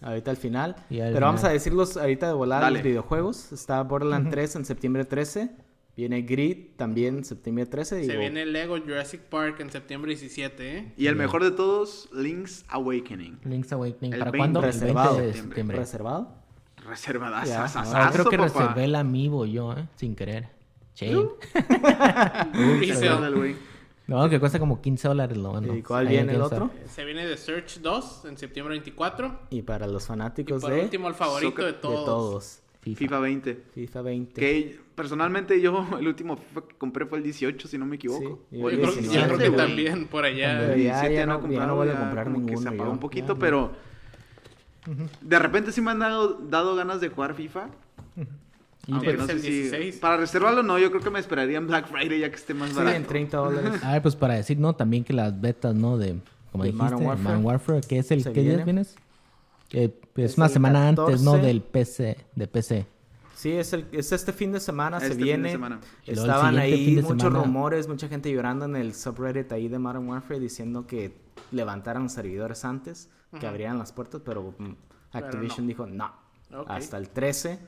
Ahorita al final.
Y
pero
al
vamos a
final.
decirlos ahorita de volada
Dale.
los videojuegos. Está Borderland 3 en septiembre 13. Viene Grid también septiembre 13.
Se
digo,
viene Lego Jurassic Park en septiembre 17, ¿eh?
Y el mejor de todos, Link's Awakening.
Link's Awakening.
El
¿Para
20
cuándo? El 20
reservado.
de septiembre.
reservado.
Reservadas.
Ya,
Ahora creo que
papá.
reservé el amiibo yo, ¿eh? Sin querer. Che.
Y se-
Reservada, güey.
No, que cuesta como 15 dólares lo bueno.
¿Y cuál
Ahí en
viene el
GameStop.
otro?
Se viene The Search 2 en septiembre 24.
Y para los
Y
fanáticos
por
de,
último, el favorito
Soccer-
de
de
todos.
todos.
FIFA 20.
FIFA 20.
Que personalmente yo, *laughs* el último FIFA que compré fue el 18, si no me equivoco.
Sí,
O
Yo
el
Oye,
creo,
sí,
que-
17,
yo creo que
güey.
también por allá.
También.
El
Ya,
17
ya
no,
no-
he
ya
comprado,
no voy a
ya
comprar
como que
ninguno
se apagó
yo.
un poquito,
Ya,
pero de repente sí me han dado, dado ganas de jugar FIFA.
Y
Aunque
pues,
no
Es el
sé si,
16.
para reservarlo no, yo creo que me esperaría en Black Friday ya que esté más
Sí,
barato.
en 30 dólares.
a ver, pues para decir, ¿no? También que las betas, ¿no? De, como
De
dijiste,
Modern
de
Warfare.
Modern Warfare, que es el...
Se
¿Qué día
viene.
vienes? Eh, es
Es
una
el
semana antes, ¿no?
14.
Del PC, de PC.
Sí, es, el, es este fin de semana,
Este
se
fin de
viene.
semana.
Y luego el
Estaban
siguiente fin
ahí
de
muchos
semana.
rumores, mucha gente llorando en el subreddit ahí de Modern Warfare diciendo que levantaran servidores antes, que abrieran las puertas, pero mm, Activision dijo no.
Ok.
Hasta el 13.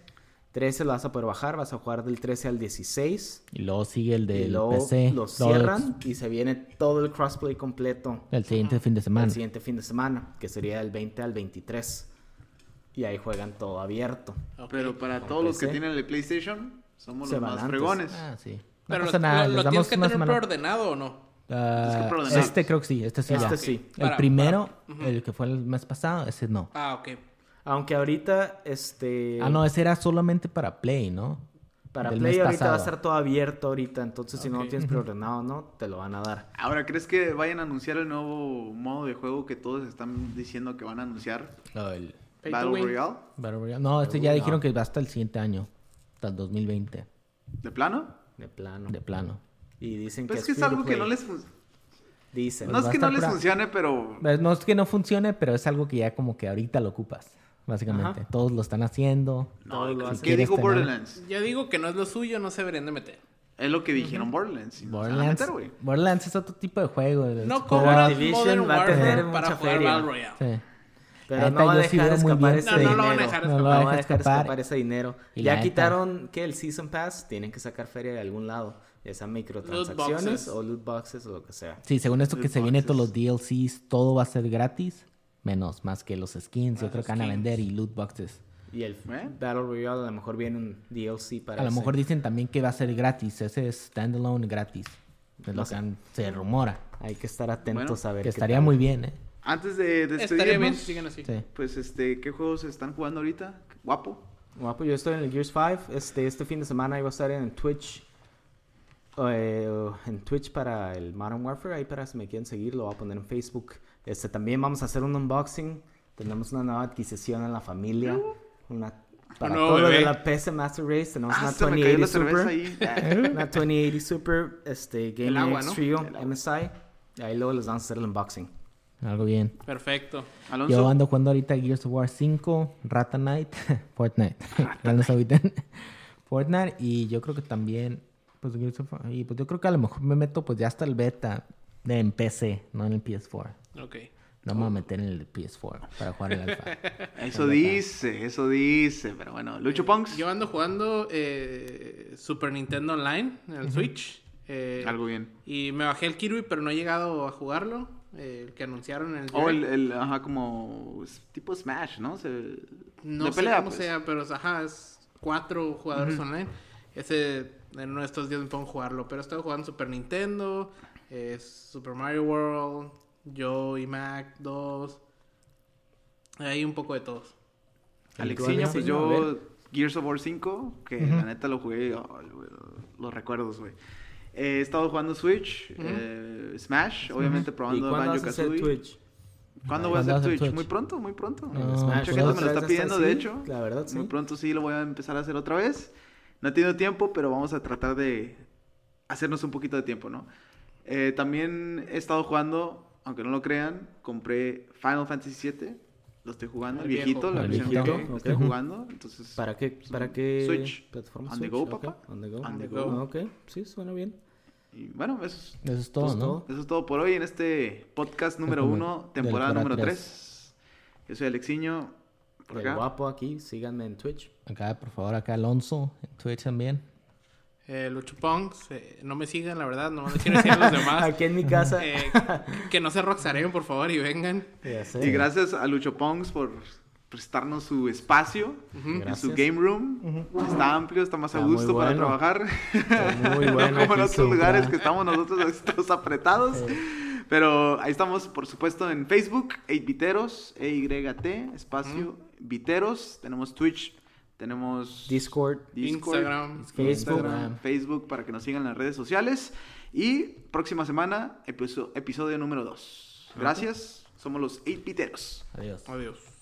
13 lo vas a poder bajar, vas a jugar del 13 al 16.
Y luego sigue el
y
del
luego
PC.
lo
luego el-
cierran y se viene todo el crossplay completo
El siguiente fin de semana.
el siguiente fin de semana, que sería del 20 al 23. Y ahí juegan todo abierto.
Ok.
Pero para
Con
todos los que
PC.
tienen el PlayStation, somos
Se
los
van
más
antes.
fregones.
Ah, sí. No
Pero
pasa
lo-
nada,
lo,
les
lo
damos
tienes que
una
tener
semana.
preordenado o no.
Ah,
que preordenar.
este creo que sí, este sí. ya.
Este sí.
El
Para-
primero, el que fue el mes pasado, ese no.
Ah, ok.
Aunque ahorita, este...
Ah, no, ese era solamente para Play, ¿no?
Para
Del
Play
mes
ahorita va a
pasado.
estar todo abierto ahorita, entonces si no lo
Ok.
tienes preordenado, ¿no? Te lo van a dar.
Ahora, ¿crees que vayan a anunciar el nuevo modo de juego que todos están diciendo que van a anunciar?
No, el-
Pay to
Battle
win.
Royale.
Battle Royale. No, este ya dijeron que va hasta el siguiente año, hasta el 2020,
¿De plano?
De plano.
de plano.
Y dicen
Pues
que
es que es
free to
algo que
play.
no les fun-
Dicen.
No es
va a
que no
estar
les
pura-
funcione, pero
Pues No es que no funcione, pero es algo que ya como que ahorita lo ocupas, básicamente.
Ajá.
Todos lo están haciendo.
No,
lo
¿qué
hacen.
¿Qué
quieres
dijo
tener-
Borderlands?
Yo digo que no es lo suyo, no se deberían de meter.
Es lo que dijeron Borderlands. y no se van a
Borderlands,
meter, güey.
Borderlands es otro tipo de juego. es
No
como-
compras
Activision
Modern
va a
Warfare
tener
para
mucha
jugar
feria.
Battle Royale.
Sí.
Pero
La
no
neta,
va a
yo sí
dejar
veo muy
escapar
bien.
ese
No, no
dinero.
lo van a dejar
No lo
escapar.
van
No
a
va a
dejar
dejar
escapar.
escapar ese dinero.
Y la
ya
neta.
quitaron que el Season Pass, tienen que sacar feria de algún lado. Ya sean
boxes.
microtransacciones o loot boxes o lo que sea.
Sí, según esto que se viene todos los
Loot
DLCs, todo va a ser gratis, menos más que los skins, yo creo que van a
skins.
vender y loot boxes.
Y el
¿Eh?
Battle Royale a lo mejor viene un DLC para
A lo
ese.
mejor dicen también que va a ser gratis, ese es standalone gratis. De lo
No
que
sé.
han- se rumora.
Hay que estar atentos
Bueno,
a ver qué
Que estaría
tal.
muy bien, ¿eh?
Antes de
Estaría bien si
despedirnos,
siguen así.
Sí.
pues este, ¿qué juegos están jugando ahorita? Guapo.
Guapo, yo estoy en el Gears 5. Este, este fin de semana iba a estar en Twitch. eh, en Twitch para el Modern Warfare. Ahí para si me quieren seguir, lo voy a poner en Facebook. Este, también vamos a hacer un unboxing. Tenemos una nueva adquisición en la familia. Una, para
nuevo
todo lo de
bebé.
la PS Master Race. Tenemos
Ah,
una
se me cayó la
2080
cerveza ahí.
Super.
*laughs*
Ah,
*laughs* Una 2080 Super este, Game
agua,
X
¿no?
Trio
El agua.
MSI. Ahí luego les vamos a hacer el unboxing.
Algo bien.
Perfecto.
Yo
Alonso,
ando jugando ahorita Gears of War 5, Rata Knight, *laughs* Fortnite. Tal vez ahorita. *laughs* Fortnite y yo creo que también, pues, Gears of War- y pues yo creo que a lo mejor me meto pues ya hasta el beta de en PC, no en el PS4.
Ok.
No me voy a meter en el PS4 para jugar el alfa.
Ah, eso dice, eso dice. Pero bueno, Lucho Punks,
Yo ando jugando eh, Super Nintendo Online en el Switch. eh,
algo bien.
Y me bajé el Kirby, pero no he llegado a jugarlo. eh, el que anunciaron en el.
O Oh, el,
direct.
el, ajá, como s- tipo Smash, ¿no? Se-
no
de
sé
pelea,
cómo
pues.
sea, pero ajá, es cuatro jugadores online. Ese en uno de estos días me pongo a jugarlo. Pero he estado jugando Super Nintendo, eh, Super Mario World, Yo y Mac 2. Hay un poco de todos.
Alexiño, pues
Alexiño, a
yo Gears of War 5, que la neta lo jugué, oh, güey, los recuerdos, güey. He estado jugando Switch, eh, Smash, obviamente
¿Y
probando
cuándo
Banjo
vas a hacer
Kazooie.
Twitch?
¿Cuándo voy a
¿Cuándo
hacer
vas a
Twitch?
Twitch?
Muy pronto, muy pronto.
No,
Mucha
pues
gente me lo
otra vez
está
está
pidiendo, de
así,
hecho.
la verdad,
Muy
sí.
pronto sí lo voy a empezar a hacer otra vez. No he tenido tiempo, pero vamos a tratar de hacernos un poquito de tiempo, ¿no? Eh, también he estado jugando, aunque no lo crean, compré Final Fantasy VII. Lo estoy jugando, el,
El
viejito,
viejo.
la
El
versión
viejito,
que
ok.
estoy jugando. Entonces,
¿Para qué, para qué
Switch.
plataforma?
On the
Switch,
go,
ok.
papá.
On the go.
On the
go.
Ok, sí, suena bien.
y bueno, eso es,
Eso es todo,
Pues
¿no?
todo.
eso es todo por hoy en este podcast número
Como-
uno,
de la
temporada
temporada
número
tres.
3. Yo soy Alexiño. Por
El
acá.
guapo aquí, síganme en Twitch.
Acá, por favor, acá Alonso, en Twitch también.
Eh, Lucho Punks, eh, no me sigan, la verdad, no les quiero decir a los
*laughs*
demás.
Aquí en mi casa.
Eh,
eh, que no se roxareen, por favor, y vengan.
Ya sé.
Y gracias a Lucho Pongs por prestarnos su espacio en su
Gracias.
game room. Está amplio, está más a
Está muy
gusto para
bueno.
trabajar.
muy bueno
no *laughs* como en
aquí,
otros lugares
Supra.
que estamos nosotros así todos apretados. Pero ahí estamos, por supuesto, en Facebook, 8viteros, EYT, espacio, viteros. Tenemos Twitch, tenemos
Discord.
Discord,
Instagram.
Facebook.
Instagram, Facebook, para que nos sigan en las redes sociales. Y próxima semana, episo- episodio número 2. Gracias, somos los 8viteros.
Adiós.
Adiós.